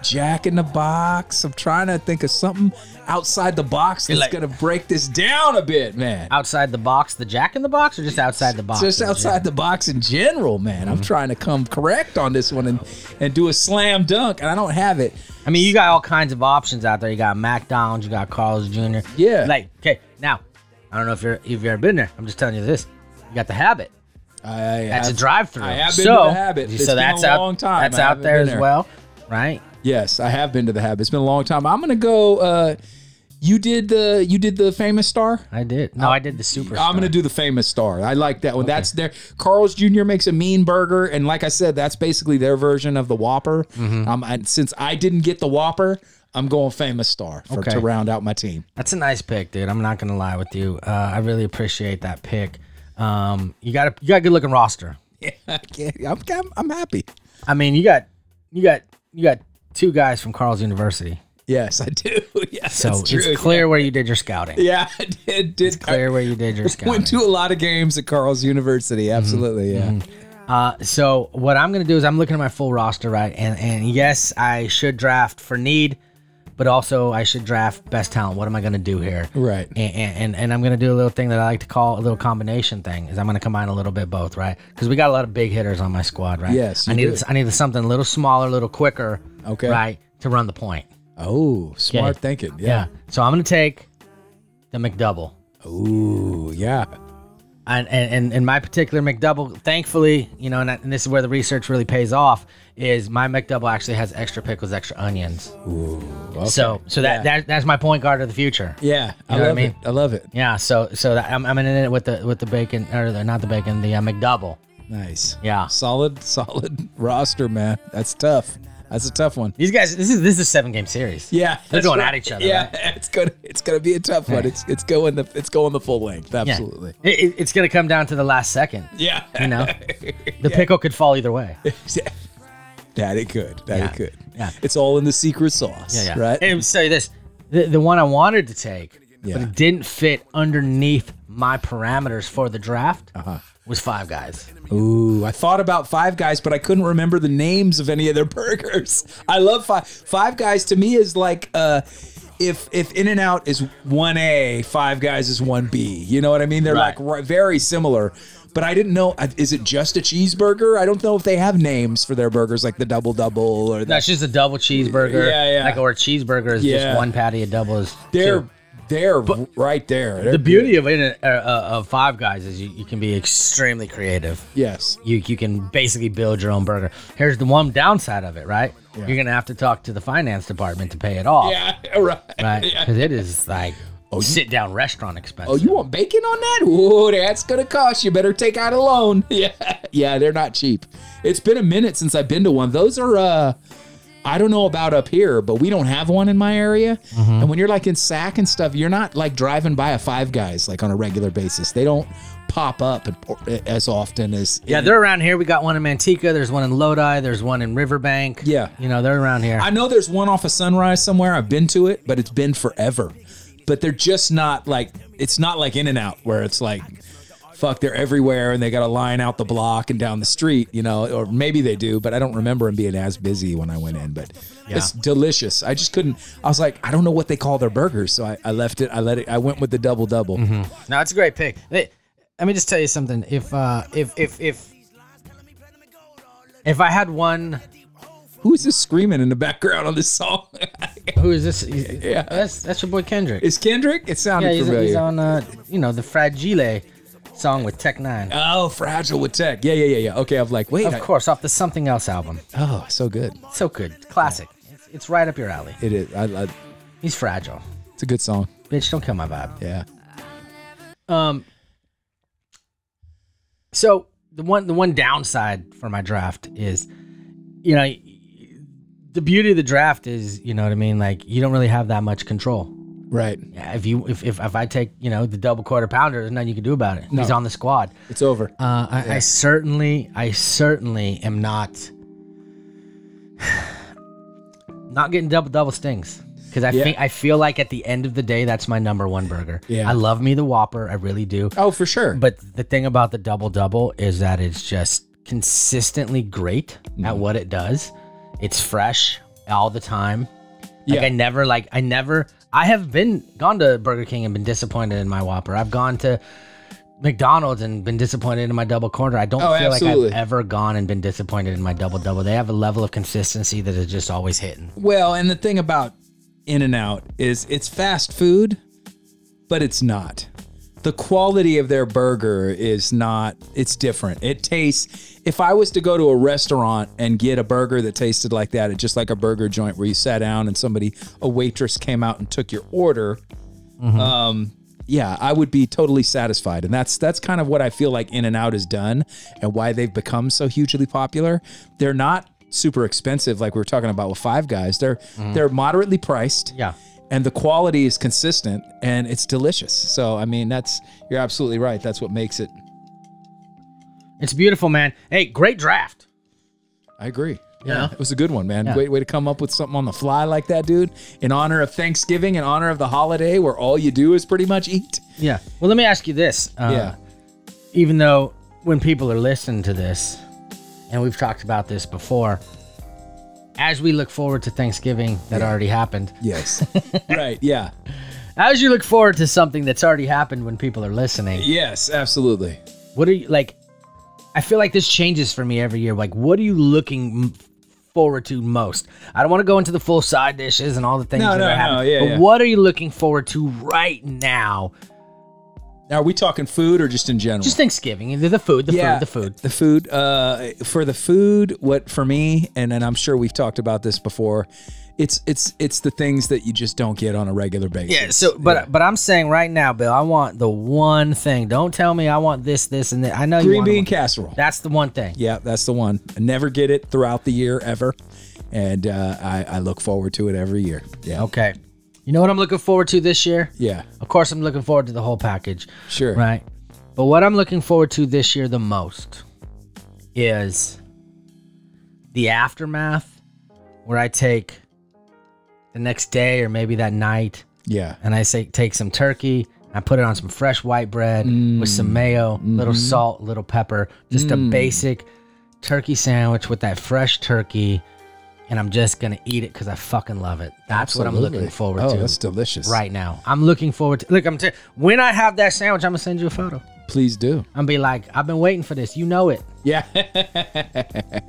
Jack in the Box. I'm trying to think of something outside the box that's like- gonna break this down a bit, man. outside the box, the Jack in the box, or just outside the box? Just outside the box in general, man. I'm trying to come correct on this one and and do a slam dunk, and I don't have it. I mean, you got all kinds of options out there. You got McDonald's, you got Carl's Jr. Yeah. Like, okay, now I don't know if you're if you've ever been there. I'm just telling you this. You got the habit. I, That's I've- a drive-through. I have been so, to the habit. It's so been that's a out. long time. That's I out haven't there been as well, right? Yes, I have been to the Hab. It's been a long time. I'm gonna go. Uh, you did the you did the famous star. I did. No, I did the super. I'm gonna do the famous star. I like that one. That's their Carl's Jr. makes a mean burger, and like I said, that's basically their version of the Whopper. Um, and since I didn't get the Whopper, I'm going famous star for, Okay. to round out my team. That's a nice pick, dude. I'm not gonna lie with you. Uh, I really appreciate that pick. Um, you got a you got a good looking roster. Yeah, I'm, I'm, I'm happy. I mean, you got you got you got two guys from Carl's University, Yes, I do. [laughs] Yes, so that's true. it's clear where you did your scouting. yeah, [laughs] I did. did Clear where you did your I scouting. [laughs] went to a lot of games at Carl's University. Absolutely, yeah. Uh, so what I'm gonna do is I'm looking at my full roster, right? And and yes, I should draft for need, but also I should draft best talent. What am I gonna do here? Right. And and, and- and I'm gonna do a little thing that I like to call a little combination thing. Is I'm gonna combine a little bit both, right? Because we got a lot of big hitters on my squad, right? Yes, I you needed do. I needed something a little smaller, a little quicker. Okay. Right to run the point. Oh, smart Okay. thinking. Yeah. So I'm gonna take the McDouble. Ooh, yeah. and and and, and my particular McDouble, thankfully, you know, and, I, and this is where the research really pays off, is my McDouble actually has extra pickles, extra onions. So so that, that that's my point guard of the future. Yeah, I know what I love mean? it. I love it. Yeah. So so that, I'm I'm in it with the with the bacon or the, not the bacon, the uh, McDouble. Nice. Yeah. Solid, [laughs] solid roster, man. That's tough. That's a tough one. These guys, this is this is a seven game series. Yeah, They're that's going at each other, Yeah, [laughs] it's gonna it's gonna be a tough one. It's it's going the it's going the full length. Yeah. Absolutely. It- it- it's gonna come down to the last second. Yeah, [laughs] You know, the pickle could fall either way. Yeah, that it could. That Yeah. it could. Yeah. it's all in the secret sauce. right. And so this, the, the one I wanted to take, Yeah. but it didn't fit underneath my parameters for the draft, Uh-huh. was Five Guys. Ooh, I thought about Five Guys, but I couldn't remember the names of any of their [laughs] burgers. I love Five Five Guys. To me, is like uh, if if In and Out is one A, Five Guys is one B. You know what I mean? They're Right. like ri- very similar. But I didn't know. I- Is it just a cheeseburger? I don't know if they have names for their burgers, like the double double or that. That's just a double cheeseburger. Yeah, yeah. Like, or a cheeseburger is Yeah. just one patty, a double is They're two. they're right there. They're The beauty of it, uh, uh, of Five Guys is you, you can be extremely creative. yes, You, you can basically build your own burger. Here's the one downside of it, right? You're going to have to talk to the finance department to pay it off. yeah, right. [laughs] Right? Because it is like sit down restaurant expense. Oh, you want bacon on that? Whoa, that's gonna cost. You better take out a loan. [laughs] Yeah, yeah, they're not cheap. It's been a minute since I've been to one. Those are uh I don't know about up here, but we don't have one in my area. And when you're like in Sac and stuff, you're not like driving by a Five Guys like on a regular basis. They don't pop up and- as often as Yeah, they're around here. We got one in Manteca. There's one in Lodi. There's one in Riverbank. Yeah. you know they're around here. I know there's one off of Sunrise somewhere. I've been to it, but it's been forever. But they're just not like it's not like In and Out where it's like fuck they're everywhere and they got a line out the block and down the street, you know, or maybe they do, but I don't remember them being as busy when I went in. But it's delicious. I just couldn't. I was like, I don't know what they call their burgers, so I, I left it. I let it. I went with the double double. no, it's a great pick. Let- let me just tell you something. If uh, if if if if I had one, Who is this screaming in the background on this song? [laughs] who is this? Yeah, that's that's your boy Kendrick. is Kendrick? It sounded yeah, he's, familiar. he's on uh, you know the Fragile song with Tech Nine. Oh, fragile with tech. Yeah, yeah, yeah, yeah. Okay, I'm like, wait. of I- course, off the Something Else album. oh, so good. So good, classic. It's, it's right up your alley. It is. I, I, He's fragile, it's a good song. bitch. Don't kill my vibe. Yeah. Um. So the one the one downside for my draft is, you know, the beauty of the draft is, you know what I mean. Like you don't really have that much control. Right. Yeah, If you if if, if I take you know the double quarter pounder, there's nothing you can do about it. He's on the squad. It's over. Uh, I, I certainly I certainly am not [sighs] not getting double double stings. Because I Yeah. think I feel like at the end of the day, that's my number one burger. Yeah. I love me the Whopper, I really do. Oh, for sure. But the thing about the double double is that it's just consistently great Mm-hmm. at what it does. It's fresh all the time. Like Yeah. I never like I never I have been gone to Burger King and been disappointed in my Whopper. I've gone to McDonald's and been disappointed in my double corner. I don't Oh, feel absolutely. like I've ever gone and been disappointed in my double double. They have a level of consistency that is just always hitting. well, and the thing about In and Out is it's fast food, but it's not. the quality of their burger is not it's different it tastes if i was to go to a restaurant and get a burger that tasted like that it's just like a burger joint where you sat down and somebody a waitress came out and took your order um yeah i would be totally satisfied and that's that's kind of what i feel like in and out is done and why they've become so hugely popular they're not super expensive like we were talking about with five guys they're they're moderately priced Mm-hmm. Yeah. and the quality is consistent and it's delicious. So I mean, that's you're absolutely right. That's what makes it. It's beautiful, man. Hey, great draft. I agree. Yeah. it was a good one, man. Yeah. Way, way to come up with something on the fly like that, dude. In honor of Thanksgiving, in honor of the holiday where all you do is pretty much eat. Yeah. Well, let me ask you this. Uh, yeah, Even though when people are listening to this, and we've talked about this before, as we look forward to Thanksgiving that already happened, [laughs] yes, right, yeah, as you look forward to something that's already happened when people are listening, yes, absolutely. what are you like? I feel like this changes for me every year. Like, what are you looking m- forward to most? I don't want to go into the full side dishes and all the things No, that no, are happening. no, yeah, but yeah. what are you looking forward to right now? Now, are we talking food or just in general? Just Thanksgiving, either the food, the food, the food. The food. Uh, for the food, what for me, and and I'm sure we've talked about this before. It's it's it's the things that you just don't get on a regular basis. Yeah. So, but but I'm saying right now, Bill, I want the one thing. Don't tell me I want this, this, and that. I know you green want bean them. casserole. That's the one thing. Yeah, that's the one. I never get it throughout the year ever, and uh, I, I look forward to it every year. Yeah, Okay. You know what I'm looking forward to this year? yeah, Of course, I'm looking forward to the whole package, sure. right? But what I'm looking forward to this year the most is the aftermath, where I take the next day or maybe that night, Yeah, and I say take some turkey. I put it on some fresh white bread Mm. with some mayo, little Mm-hmm. salt, little pepper, just a basic turkey sandwich with that fresh turkey, and I'm just gonna eat it because I fucking love it. That's what I'm Absolutely. looking forward oh, to that's delicious. right now. I'm looking forward to. Look, I'm t- when I have that sandwich, I'm gonna send you a photo. Please do. I'm be like, I've been waiting for this. You know it. Yeah. [laughs]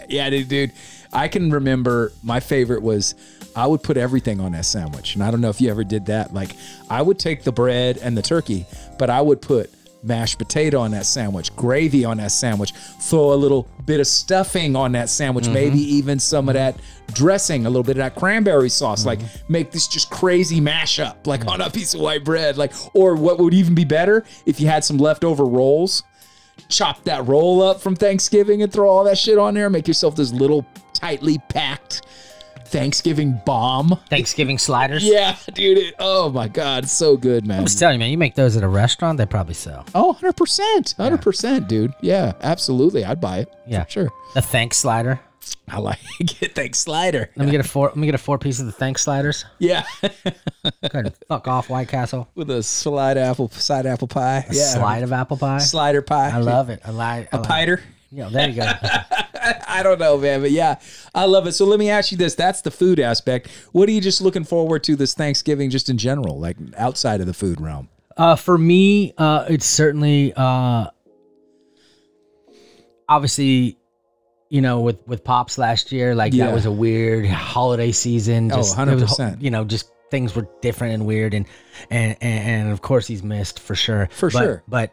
yeah, dude, dude. I can remember my favorite was I would put everything on that sandwich. And I don't know if you ever did that. Like I would take the bread and the turkey, but I would put mashed potato on that sandwich, gravy on that sandwich, throw a little bit of stuffing on that sandwich, maybe even some of that dressing, a little bit of that cranberry sauce, like make this just crazy mashup like on a piece of white bread, like or what would even be better if you had some leftover rolls chop that roll up from Thanksgiving and throw all that shit on there. Make yourself this little tightly packed Thanksgiving bomb. Thanksgiving sliders. Yeah, dude. It, oh my God. It's so good, man. I'm just telling you, man. You make those at a restaurant, they probably sell. Oh, 100%. 100%, dude. Yeah, absolutely. I'd buy it. Yeah. For sure. The thanks slider. I like [laughs] it. Thanks, slider. Let me get a four. Let me get a four piece of the thanks sliders. Yeah. Good. Fuck off, White Castle. [laughs] With a slide apple, side apple pie. A Slide of apple pie. Slider pie. I love it. I like. I a like- piter. Yeah, there you go. I don't know, man, but yeah, I love it. So let me ask you this: that's the food aspect. What are you just looking forward to this Thanksgiving, just in general, like outside of the food realm? Uh, for me, uh, it's certainly uh, obviously, you know, with with pops last year, like Yeah. that was a weird holiday season. Oh, it was a whole- 100%. You know, just things were different and weird, and and and, and of course he's missed for sure. For But- sure. but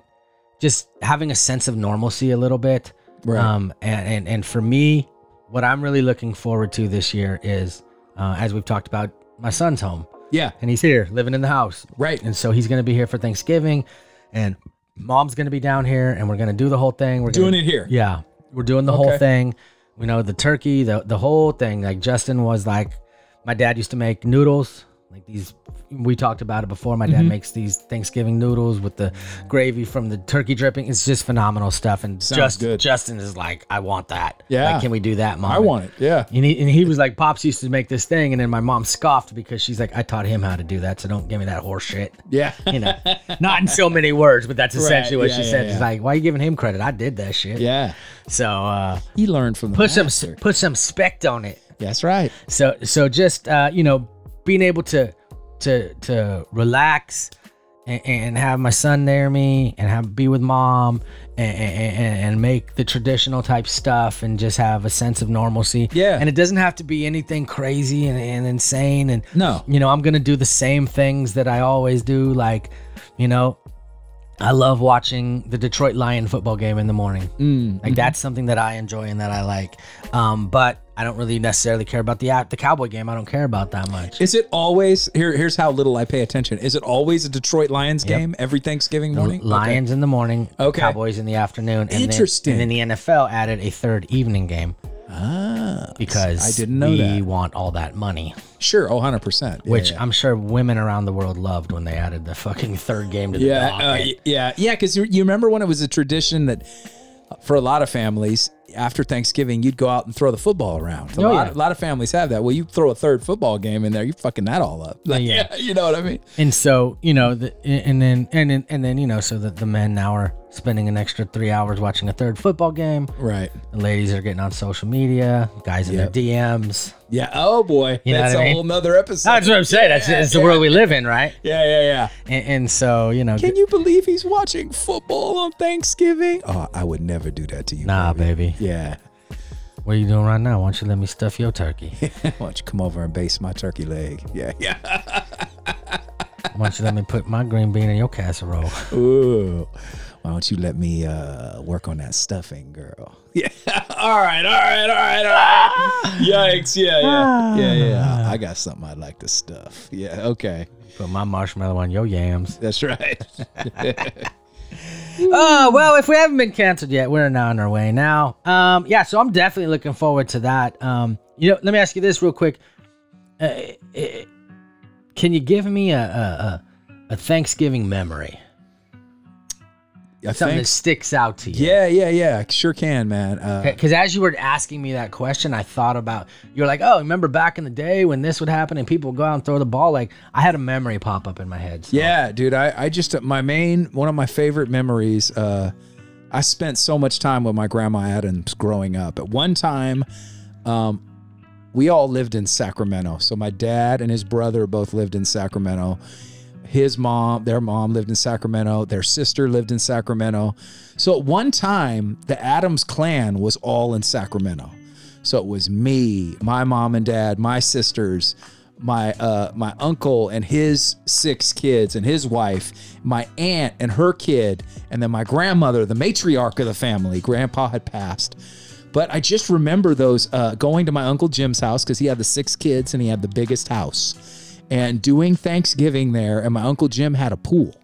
just having a sense of normalcy a little bit. Right. Um, and, and and for me, what I'm really looking forward to this year is, uh, as we've talked about, my son's home yeah, and he's here living in the house. right. And so he's going to be here for Thanksgiving, and mom's going to be down here, and we're going to do the whole thing. We're Doing gonna, it here. Yeah, we're doing the whole Okay. thing. You know, the turkey, the the whole thing. Like Justin was like, my dad used to make noodles. Like these, we talked about it before. My dad Mm-hmm. makes these Thanksgiving noodles with the gravy from the turkey dripping. It's just phenomenal stuff. And Sounds just good. Justin is like, I want that. Yeah. like, can we do that, mom? I want it. Yeah, And he, and he was like, Pops used to make this thing. And then my mom scoffed because she's like, I taught him how to do that. So don't give me that horse shit [laughs] yeah, [laughs] you know, not in so many words, but that's essentially what yeah, she yeah, said. yeah. She's like, "Why are you giving him credit? I did that shit." yeah. So uh, He learned from the put some master. put some spect on it. That's right. So so just uh, you know, being able to to to relax and, and have my son near me and have be with mom and, and and- and make the traditional type stuff and just have a sense of normalcy. Yeah. And it doesn't have to be anything crazy and, and insane and No. you know, I'm gonna do the same things that I always do, like, you know, I love watching the Detroit Lion football game in the morning. Mm-hmm. Like that's something that I enjoy and that I like. Um, but I don't really necessarily care about the app, the Cowboy game. I don't care about that much. Is it always here? Here's how little I pay attention. Is it always a Detroit Lions Yep. game every Thanksgiving morning? Okay. Lions in the morning, Okay. Cowboys in the afternoon. and then- Interesting. and then the NFL added a third evening game Ah, because I didn't know we that. want all that money, Sure, oh, 100 percent. which I'm sure women around the world loved when they added the fucking third game to the yeah, docket. uh, y- yeah, yeah. Because you, you remember when it was a tradition that for a lot of families after Thanksgiving you'd go out and throw the football around. A, Oh, lot, yeah. a lot of families have that. Well, you throw a third football game in there, you're fucking that all up. [laughs] Like, Yeah. you know what I mean. And so, you know, the, and then and then and then you know, so that the men now are spending an extra three hours watching a third football game. Right. The ladies are getting on social media. Guys in their DMs. Yeah. Oh boy, You know that's what I a mean? whole nother episode. That's what I'm saying. That's, that's the world we live in, right? yeah, yeah, yeah. And, and so, you know, Can you believe he's watching football on Thanksgiving? Oh, I would never do that to you. nah, baby. Yeah. [laughs] What are you doing right now? Why don't you let me stuff your turkey? Why don't you come over and base my turkey leg? Yeah, yeah. Why don't you let me put my green bean in [laughs] your casserole? Ooh. Why don't you let me uh, work on that stuffing, girl? [laughs] Yeah. all right, all right, all right, all right. Yikes. Yeah, yeah. Yeah, yeah. I got something I'd like to stuff. Yeah, okay. Put my marshmallow on your yams. That's right. Oh, well, if we haven't been canceled yet, we're now on our way now. Um, yeah, so I'm definitely looking forward to that. Um, you know, let me ask you this real quick. Uh, eh, can you give me a, a, a- a Thanksgiving memory? I Something think. that sticks out to you? Yeah, yeah, yeah. Sure can, man. Uh, Because as you were asking me that question, I thought about you're like, oh, remember back in the day when this would happen and people would go out and throw the ball? Like I had a memory pop up in my head. so- Yeah, dude. I, I just my main one of my favorite memories. Uh, I spent so much time with my grandma Adams growing up. At one time, um, we all lived in Sacramento. So my dad and his brother both lived in Sacramento. His mom, their mom lived in Sacramento. Their sister lived in Sacramento. So at one time, the Adams clan was all in Sacramento. So it was me, my mom and dad, my sisters, my uh, my uncle and his six kids and his wife, my aunt and her kid, and then my grandmother, the matriarch of the family. Grandpa had passed. But I just remember those uh, going to my uncle Jim's house because he had the six kids and he had the biggest house, and doing Thanksgiving there. And my uncle Jim had a pool.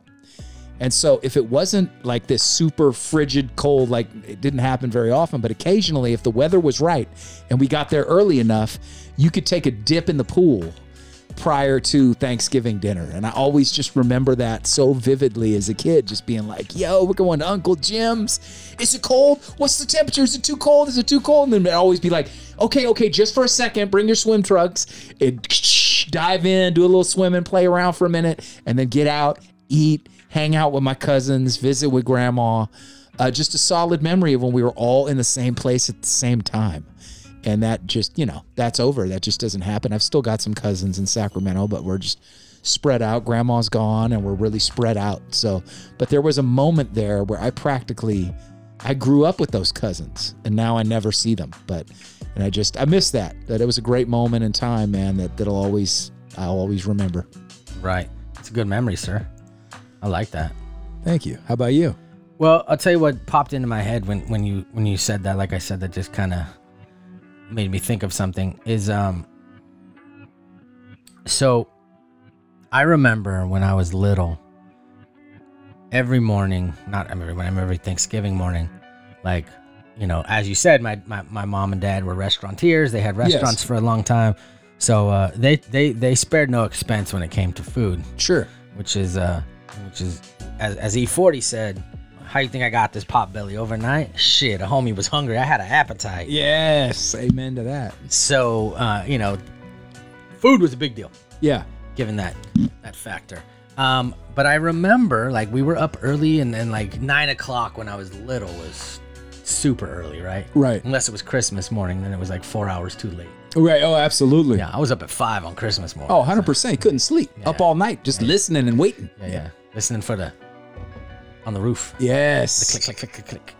And so if it wasn't like this super frigid cold, like it didn't happen very often, but occasionally if the weather was right and we got there early enough, you could take a dip in the pool prior to Thanksgiving dinner. And I always just remember that so vividly as a kid, just being like, yo, we're going to Uncle Jim's. Is it cold? What's the temperature? Is it too cold? Is it too cold? And then I'd always be like, okay, okay, just for a second, bring your swim trunks and [sniffs] dive in, do a little swimming, play around for a minute, and then get out, eat, hang out with my cousins, visit with grandma. Uh, just a solid memory of when we were all in the same place at the same time and that just you know that's over that just doesn't happen i've still got some cousins in sacramento but we're just spread out grandma's gone and we're really spread out so but there was a moment there where i practically i grew up with those cousins and now i never see them but and i just i miss that that it was a great moment in time man that that'll always i'll always remember Right. It's a good memory, sir. I like that. thank you how about you Well, I'll tell you what popped into my head when, when you when you said that, like I said, that just kinda made me think of something is um so I remember when I was little, every morning, not every when every Thanksgiving morning, like, you know, as you said, my, my, my mom and dad were restaurateurs. They had restaurants for a long time. So uh, they, they, they spared no expense when it came to food sure which is uh which is as, as E40 said, how you think I got this pot belly overnight? Shit, a homie was hungry. I had an appetite. yes amen to that So uh, you know, food was a big deal yeah given that that factor. Um, but I remember like we were up early and then like nine o'clock when I was little was super early, right? right Unless it was Christmas morning, then it was like four hours too late. right oh absolutely Yeah, I was up at five on Christmas morning. oh 100% couldn't sleep up all night just listening and waiting yeah, yeah. Listening for the on the roof. Yes. click, click, click, click, click.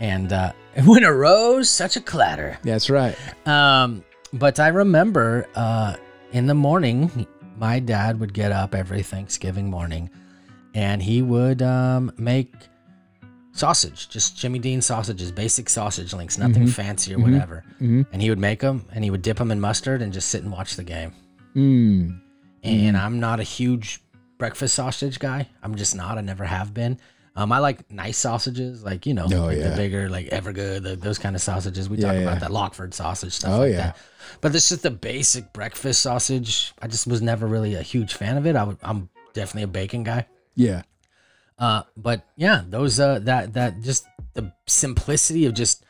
And uh, [laughs] when arose such a clatter. That's right. Um, but I remember uh, in the morning, my dad would get up every Thanksgiving morning and he would um, make sausage, just Jimmy Dean sausages, basic sausage links, nothing fancy or whatever. And he would make them, and he would dip them in mustard, and just sit and watch the game. Mm. And I'm not a huge breakfast sausage guy. I'm just not. I never have been. Um, I like nice sausages, like you know, Oh, like yeah. the bigger, like Evergood, the, those kind of sausages. We Yeah, talk yeah. about that Lockford sausage stuff. Oh, like yeah. that. But this is the basic breakfast sausage. I just was never really a huge fan of it. I would, I'm definitely a bacon guy. Yeah. Uh, but yeah, those uh, that that just the simplicity of just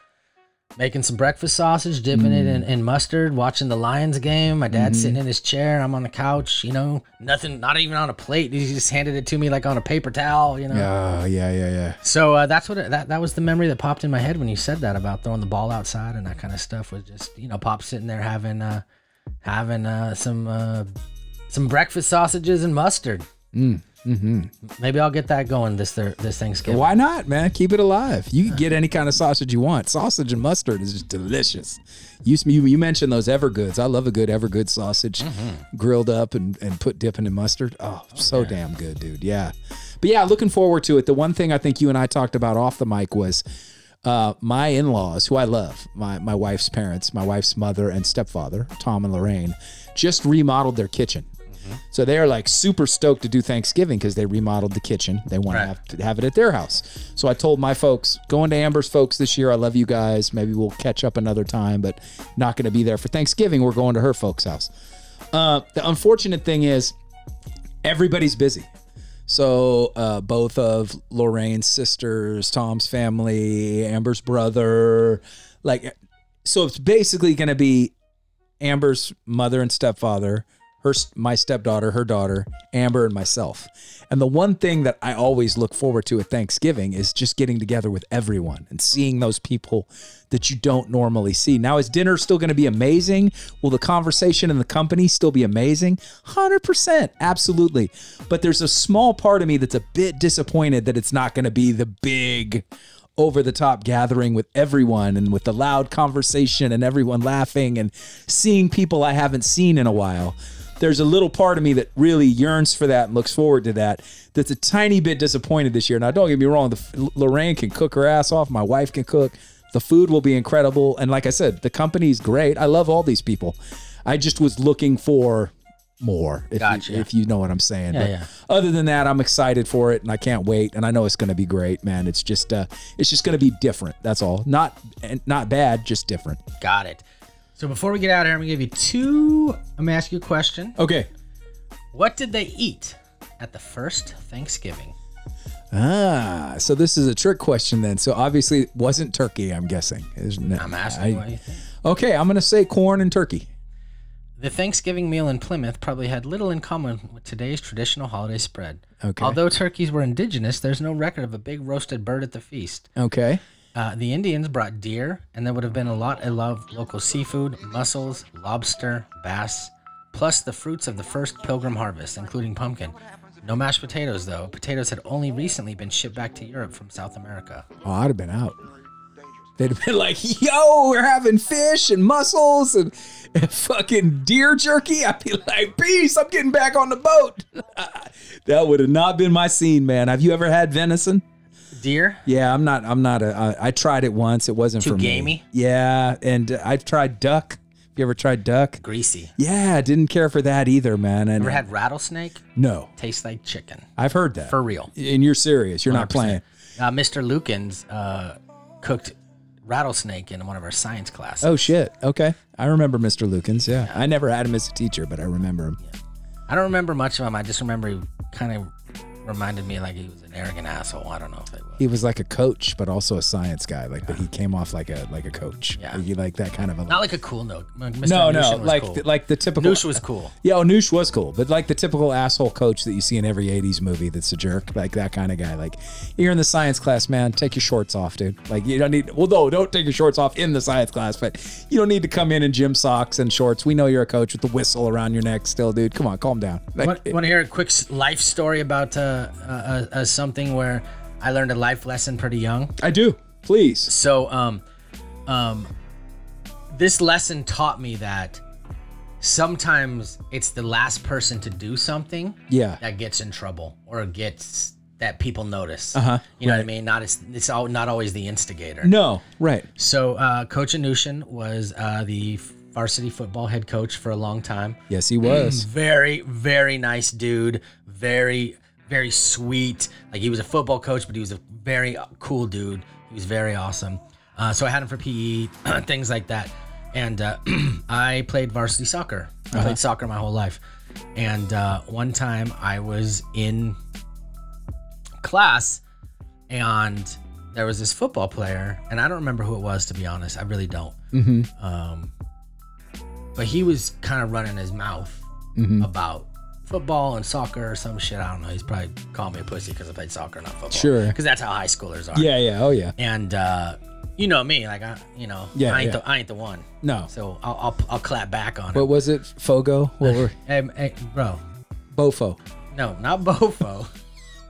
making some breakfast sausage, dipping it in, in mustard, watching the Lions game. My dad's sitting in his chair, I'm on the couch. You know, nothing, not even on a plate. He just handed it to me like on a paper towel. You know. Yeah. Uh, Yeah. Yeah. Yeah. So uh, that's what it, that that was the memory that popped in my head when you said that about throwing the ball outside and that kind of stuff was just you know pop sitting there having uh having uh some uh some breakfast sausages and mustard. Mm, hmm Maybe I'll get that going this thir- this Thanksgiving. Why not, man? Keep it alive. You can get any kind of sausage you want. Sausage and mustard is just delicious. You, s- you, you mentioned those Evergoods. I love a good Evergood sausage Mm-hmm. grilled up and, and put dipping in mustard. Oh, so damn good, dude. Yeah. But yeah, looking forward to it. The one thing I think you and I talked about off the mic was uh, my in laws, who I love, my, my wife's parents, my wife's mother and stepfather, Tom and Lorraine, just remodeled their kitchen. So they're like super stoked to do Thanksgiving because they remodeled the kitchen. They want Right. to have to have it at their house. So I told my folks, going to Amber's folks this year. I love you guys. Maybe we'll catch up another time, but not going to be there for Thanksgiving. We're going to her folks' house. Uh, the unfortunate thing is, everybody's busy. So uh, both of Lorraine's sisters, Tom's family, Amber's brother, like, so it's basically going to be Amber's mother and stepfather, her my stepdaughter, her daughter, Amber, and myself. And the one thing that I always look forward to at Thanksgiving is just getting together with everyone and seeing those people that you don't normally see. Now, is dinner still going to be amazing? Will the conversation and the company still be amazing? 100%. Absolutely. But there's a small part of me that's a bit disappointed that it's not going to be the big over the top gathering with everyone and with the loud conversation and everyone laughing and seeing people I haven't seen in a while. There's a little part of me that really yearns for that and looks forward to that. That's a tiny bit disappointed this year. Now, don't get me wrong, the, Lorraine can cook her ass off. My wife can cook. The food will be incredible. And like I said, the company's great. I love all these people. I just was looking for more, if, Gotcha. you, if you know what I'm saying. Yeah, But yeah. other than that, I'm excited for it and I can't wait. And I know it's going to be great, man. It's just, uh, it's just going to be different. That's all. Not, and not bad, just different. Got it. So before we get out of here, I'm gonna give you two. I'm gonna ask you a question. Okay. What did they eat at the first Thanksgiving? Ah, so this is a trick question then. So obviously, it wasn't turkey. I'm guessing. Isn't it? I'm asking. I- what you think. okay, I'm going to say corn and turkey. The Thanksgiving meal in Plymouth probably had little in common with today's traditional holiday spread. Okay. Although turkeys were indigenous, there's no record of a big roasted bird at the feast. Okay. Uh, the Indians brought deer, and there would have been a lot of love local seafood, mussels, lobster, bass, plus the fruits of the first pilgrim harvest, including pumpkin. No mashed potatoes, though. Potatoes had only recently been shipped back to Europe from South America. Oh, I'd have been out. They'd have been like, yo, we're having fish and mussels and, and fucking deer jerky. I'd be like, peace, I'm getting back on the boat. [laughs] that would have not been my scene, man. Have you ever had venison? Deer? Yeah, I'm not, I'm not, a, I, I tried it once. It wasn't Too for me. gamey? Yeah. And I've tried duck. Have you ever tried duck? Greasy. Yeah, didn't care for that either, man. And Ever had rattlesnake? no, Tastes like chicken. I've heard that. For real. and you're serious. You're not 100%. playing. Uh, Mr. Lukens uh, cooked rattlesnake in one of our science classes. Oh shit. Okay. I remember Mr. Lukens. Yeah. I never had him as a teacher, but I remember him. I don't remember much of him. I just remember he kind of reminded me like he was an arrogant asshole. I don't know if it was. He was like a coach, but also a science guy. Like, but he came off like a like a coach. Yeah. Like, you like that kind of a. Not like a cool note. Like, [laughs] Mr. no, no, Nushin was like cool. like the typical. Noosh was cool. [laughs] yeah, oh, Noosh was cool, but like the typical asshole coach that you see in every '80s movie that's a jerk, like that kind of guy. Like, you're in the science class, man. Take your shorts off, dude. Like, you don't need. Well, no, don't take your shorts off in the science class, but you don't need to come in in gym socks and shorts. We know you're a coach with the whistle around your neck, still, dude. Come on, calm down. Like, Want, want to hear a quick s- life story about uh, uh, uh, uh, something where I learned a life lesson pretty young? I do. Please. So um um this lesson taught me that sometimes it's the last person to do something Yeah. that gets in trouble or gets that people notice. Uh-huh, You know what I right. mean? Not it's it's all, not always the instigator. No. Right. So uh, Coach Anushin was uh, the varsity football head coach for a long time. Yes, he was. Mm, Very, very nice dude. Very, very sweet. Like he was a football coach, but he was a very cool dude. He was very awesome. Uh, so I had him for PE, [clears throat] things like that. And uh, [clears throat] I played varsity soccer. I played soccer my whole life. And uh, one time I was in class and there was this football player, and I don't remember who it was, to be honest. I really don't. hmm Um, but he was kind of running his mouth hmm about football and soccer or some shit. I don't know. He's probably called me a pussy because I played soccer, not football. Sure. Because that's how high schoolers are. Yeah. Yeah. Oh, yeah. And uh, you know me, like I, you know, Yeah, I ain't yeah. the I ain't the one. No. So I'll I'll, I'll clap back on What it. was it? Fogo? What [laughs] were Hey, hey, bro, Bofo? no, [laughs] not Bofo,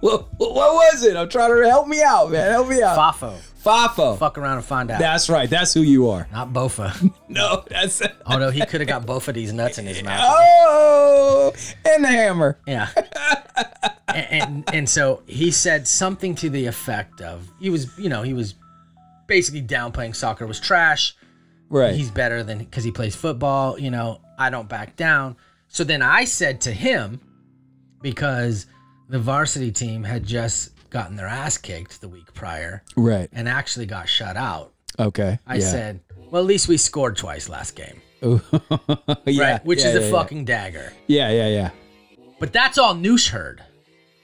What, what was it? I'm trying to help me out, man. Help me out. Fafo. Fafo. Fuck around and find out. That's right. That's who you [laughs] are. not Bofa. No, that's. Although he could have got both of these nuts in his mouth. Oh, and the hammer. [laughs] Yeah. and, and and so he said something to the effect of he was you know he was basically downplaying soccer was trash. Right. He's better than because he plays football. You know I don't back down. So then I said to him because the varsity team had just gotten their ass kicked the week prior right. and actually got shut out. Okay. I yeah. [laughs] said, well at least we scored twice last game, Ooh. yeah. right? Which yeah, is a yeah, fucking dagger. Yeah. Yeah. Yeah. Yeah. But that's all Noosh heard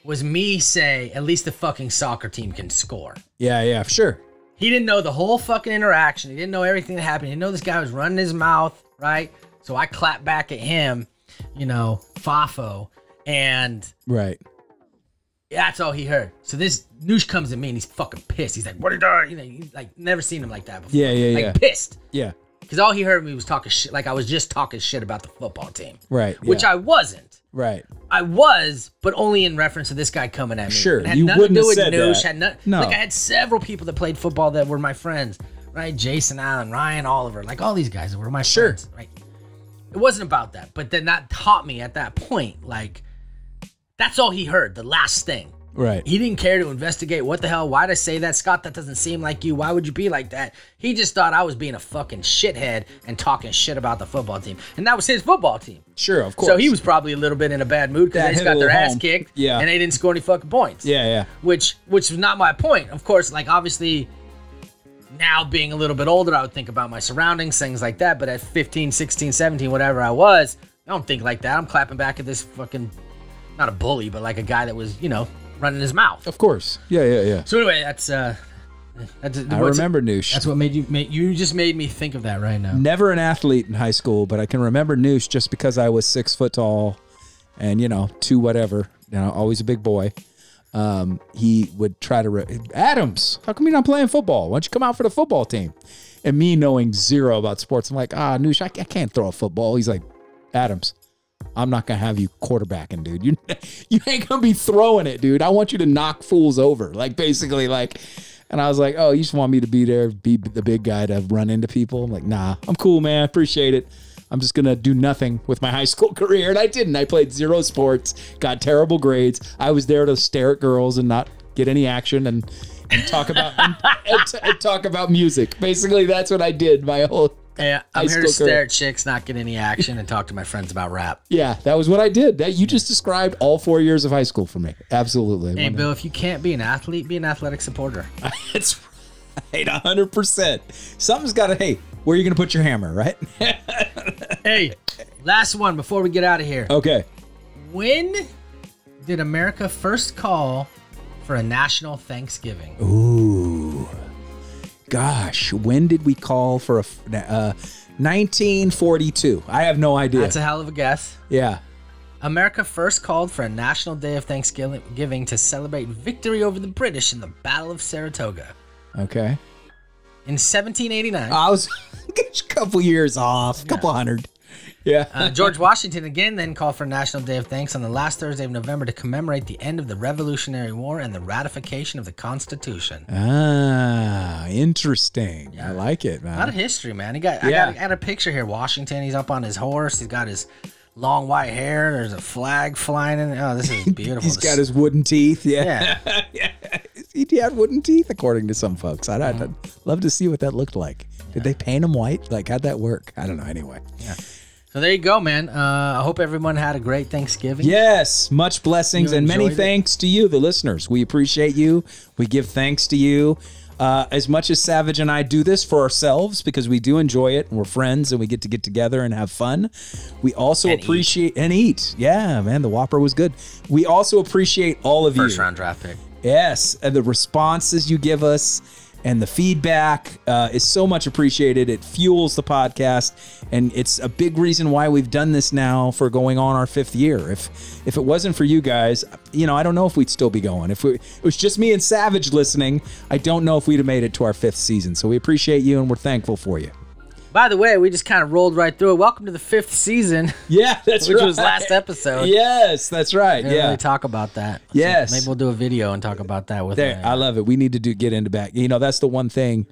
was me say, at least the fucking soccer team can score. Yeah. yeah, Sure. He didn't know the whole fucking interaction. He didn't know everything that happened. He didn't know this guy was running his mouth, right? So I clapped back at him, you know, Fafo, and Right. that's all he heard. So this Noosh comes at me and he's fucking pissed. He's like, what are you doing? You know, he's like never seen him like that before. Yeah. Yeah. like Yeah. pissed. [laughs] yeah. Because all he heard me was talking shit. Like I was just talking shit about the football team, Right. which yeah. I wasn't. Right. I was, but only in reference to this guy coming at me. Sure, It had you nothing wouldn't to have do said with Noosh, that. Had not, No. Like I had several people that played football that were my friends, right? Jason Allen, Ryan Oliver, like all these guys that were my Sure. friends. Right? It wasn't about that, but then that taught me at that point, like that's all he heard, the last thing. Right. He didn't care to investigate what the hell, why'd I say that? Scott, that doesn't seem like you. Why would you be like that? He just thought I was being a fucking shithead and talking shit about the football team. And that was his football team. Sure. Of course. So he was probably a little bit in a bad mood because That they just hit a got their little ass home. kicked, Yeah. and they didn't score any fucking points. Yeah. Yeah. which which was not my point. Of course, like obviously, now being a little bit older, I would think about my surroundings, things like that. But at 15, 16, 17, whatever I was, I don't think like that. I'm clapping back at this fucking not a bully, but like a guy that was you know running his mouth. Of course. Yeah. Yeah. Yeah. So anyway, that's uh, that's I what's- remember Mm. Noosh. That's what made you made you just made me think of that right now. never an athlete in high school, but I can remember Noosh just because I was six foot tall and, you know, two whatever, you know, always a big boy. Um, he would try to, re- Adams, how come you're not playing football? Why don't you come out for the football team? And me knowing zero about sports, I'm like, ah, Noosh, I, I can't throw a football. He's like, Adams, I'm not gonna have you quarterbacking, dude. You [laughs] you ain't gonna be throwing it, dude. I want you to knock fools over, like basically, like. And I was like, oh, you just want me to be there, be the big guy to run into people. I'm like, nah, I'm cool, man. I appreciate it. I'm just gonna do nothing with my [laughs] high school career, and I didn't. I played zero sports, got terrible grades. I was there to stare at girls and not get any action and, and talk about and, and t- and talk about music. Basically, that's what I did my whole. Yeah, I'm High here to school stare career. at chicks, not get any action, and talk to my friends about rap. Yeah, that was what I did. That you just described all four years of high school for me. Absolutely. Hey, Bill, if you can't be an athlete, be an athletic supporter. [laughs] That's right, hundred percent. Something's got to. Hey, where are you going to put your hammer? Right? [laughs] hey, last one before we get out of here. Okay. When did America first call for a national Thanksgiving? Ooh, gosh, when did we call for a? f- Uh, 1942. I have no idea. That's a hell of a guess. yeah. America first called for a national day of Thanksgiving to celebrate victory over the British in the Battle of Saratoga. Okay. In 1789, Ah. [laughs] I was a couple years off, a couple hundred. Yeah. Uh, George Washington again then called for a National Day of Thanks on the last Thursday of November to commemorate the end of the Revolutionary War and the ratification of the Constitution. Ah, interesting. I like it, A lot man. of history, man. He got, Yeah. I, got I got a picture here. Washington, he's up on his horse. He's got his long white hair. There's a flag flying in. Oh, this is [laughs] beautiful. He's to got see. his wooden teeth. Yeah. [laughs] Yeah. He had wooden teeth, according to some folks. I'd, I'd love to see what that looked like. Did they paint him white? Like, how'd that work? I don't know. Anyway. So there you go, man. Uh, I hope everyone had a great Thanksgiving. Yes, much blessings You and many enjoyed it? thanks to you, the listeners. We appreciate you. We give thanks to you. Uh, as much as Savage and I do this for ourselves because we do enjoy it and we're friends and we get to get together and have fun, we also And eat. appreciate and eat. Yeah, man, the Whopper was good. We also appreciate all of First you. round draft pick. Yes, and the responses you give us and the feedback uh, is so much appreciated. It fuels the podcast, and it's a big reason why we've done this now for going on our fifth year. If if it wasn't for you guys, you know, I don't know if we'd still be going. If we, it was just me and Savage listening, I don't know if we'd have made it to our fifth season. So we appreciate you, and we're thankful for you. By the way, we just kind of rolled right through it. Welcome to the fifth season, [laughs] Yeah, that's which right. was last episode. Yes, that's right. We didn't Yeah. really talk about that. So Yes. maybe we'll do a video and talk about that with There, uh, I love it. We need to do get into back. You know, that's the one thing.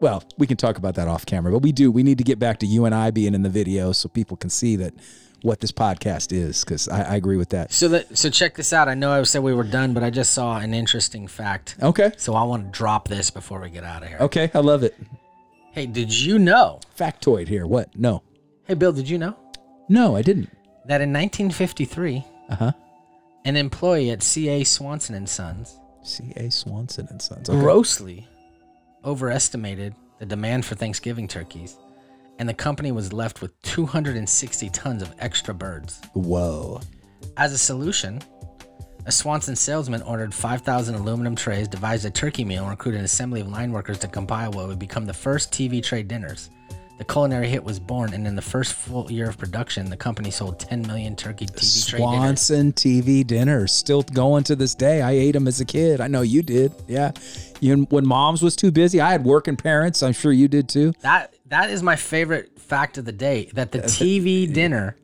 Well, we can talk about that off camera, but we do. We need to get back to you and I being in the video so people can see that what this podcast is. Because I, I agree with that. So that so check this out. I know I said we were done, but I just saw an interesting fact. Okay. So I want to drop this before we get out of here. Okay. I love it. Hey, did you know? Factoid here. What? No. Hey, Bill, did you know No, I didn't. that in 1953, Uh huh. an employee at C.A. Swanson and Sons C. A. Swanson and Sons. Okay. grossly overestimated the demand for Thanksgiving turkeys, and the company was left with 260 tons of extra birds. Whoa. As a solution, a Swanson salesman ordered 5,000 aluminum trays, devised a turkey meal, and recruited an assembly of line workers to compile what would become the first TV tray dinners. The culinary hit was born, and in the first full year of production, the company sold 10 million turkey TV tray dinners. Swanson TV dinner still going to this day. I ate them as a kid. I know you did. Yeah. You, when mom's was too busy, I had working parents. I'm sure you did too. That that is my favorite fact of the day. That [laughs] the TV dinner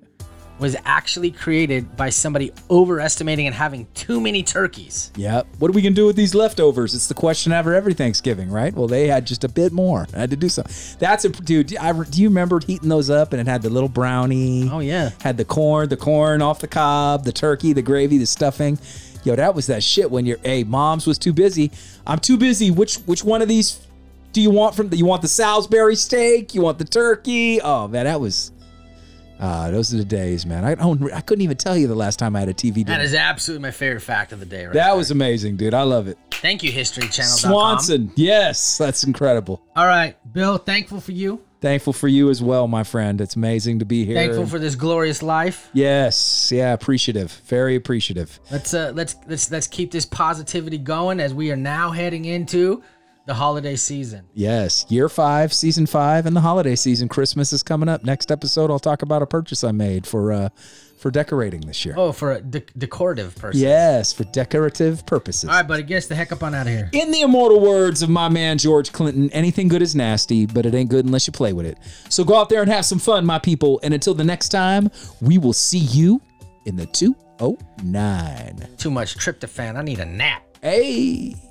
was actually created by somebody overestimating and having too many turkeys. Yep. What are we gonna do with these leftovers? It's the question after every Thanksgiving, right? Well, they had just a bit more. I had to do something. That's a dude. I, do you remember heating those up and it had the little brownie? Oh yeah. Had the corn, the corn off the cob, the turkey, the gravy, the stuffing. Yo, that was that shit when your hey, mom's was too busy. I'm too busy. Which which one of these do you want from? The, you want the Salisbury steak? You want the turkey? Oh man, that was. Ah, those are the days, man. I don't. I couldn't even tell you the last time I had a TV That dinner. is absolutely my favorite fact of the day. Right? that was amazing, dude. I love it. Thank you, History Channel. Swanson. Yes, that's incredible. All right, Bill, thankful for you. Thankful for you as well, my friend. It's amazing to be here. Thankful for this glorious life. Yes, yeah, appreciative. Very appreciative. Let's uh let's let's let's keep this positivity going as we are now heading into the holiday season. Yes, year five, season five, and the holiday season. Christmas is coming up. Next episode, I'll talk about a purchase I made for uh for decorating this year. Oh, for a de- decorative person. Yes, for decorative purposes. All right, buddy, get us the heck up on out of here. In the immortal words of my man George Clinton, anything good is nasty, but it ain't good unless you play with it. So go out there and have some fun, my people. And until the next time, we will see you in the 209. Too much tryptophan. I need a nap. Hey.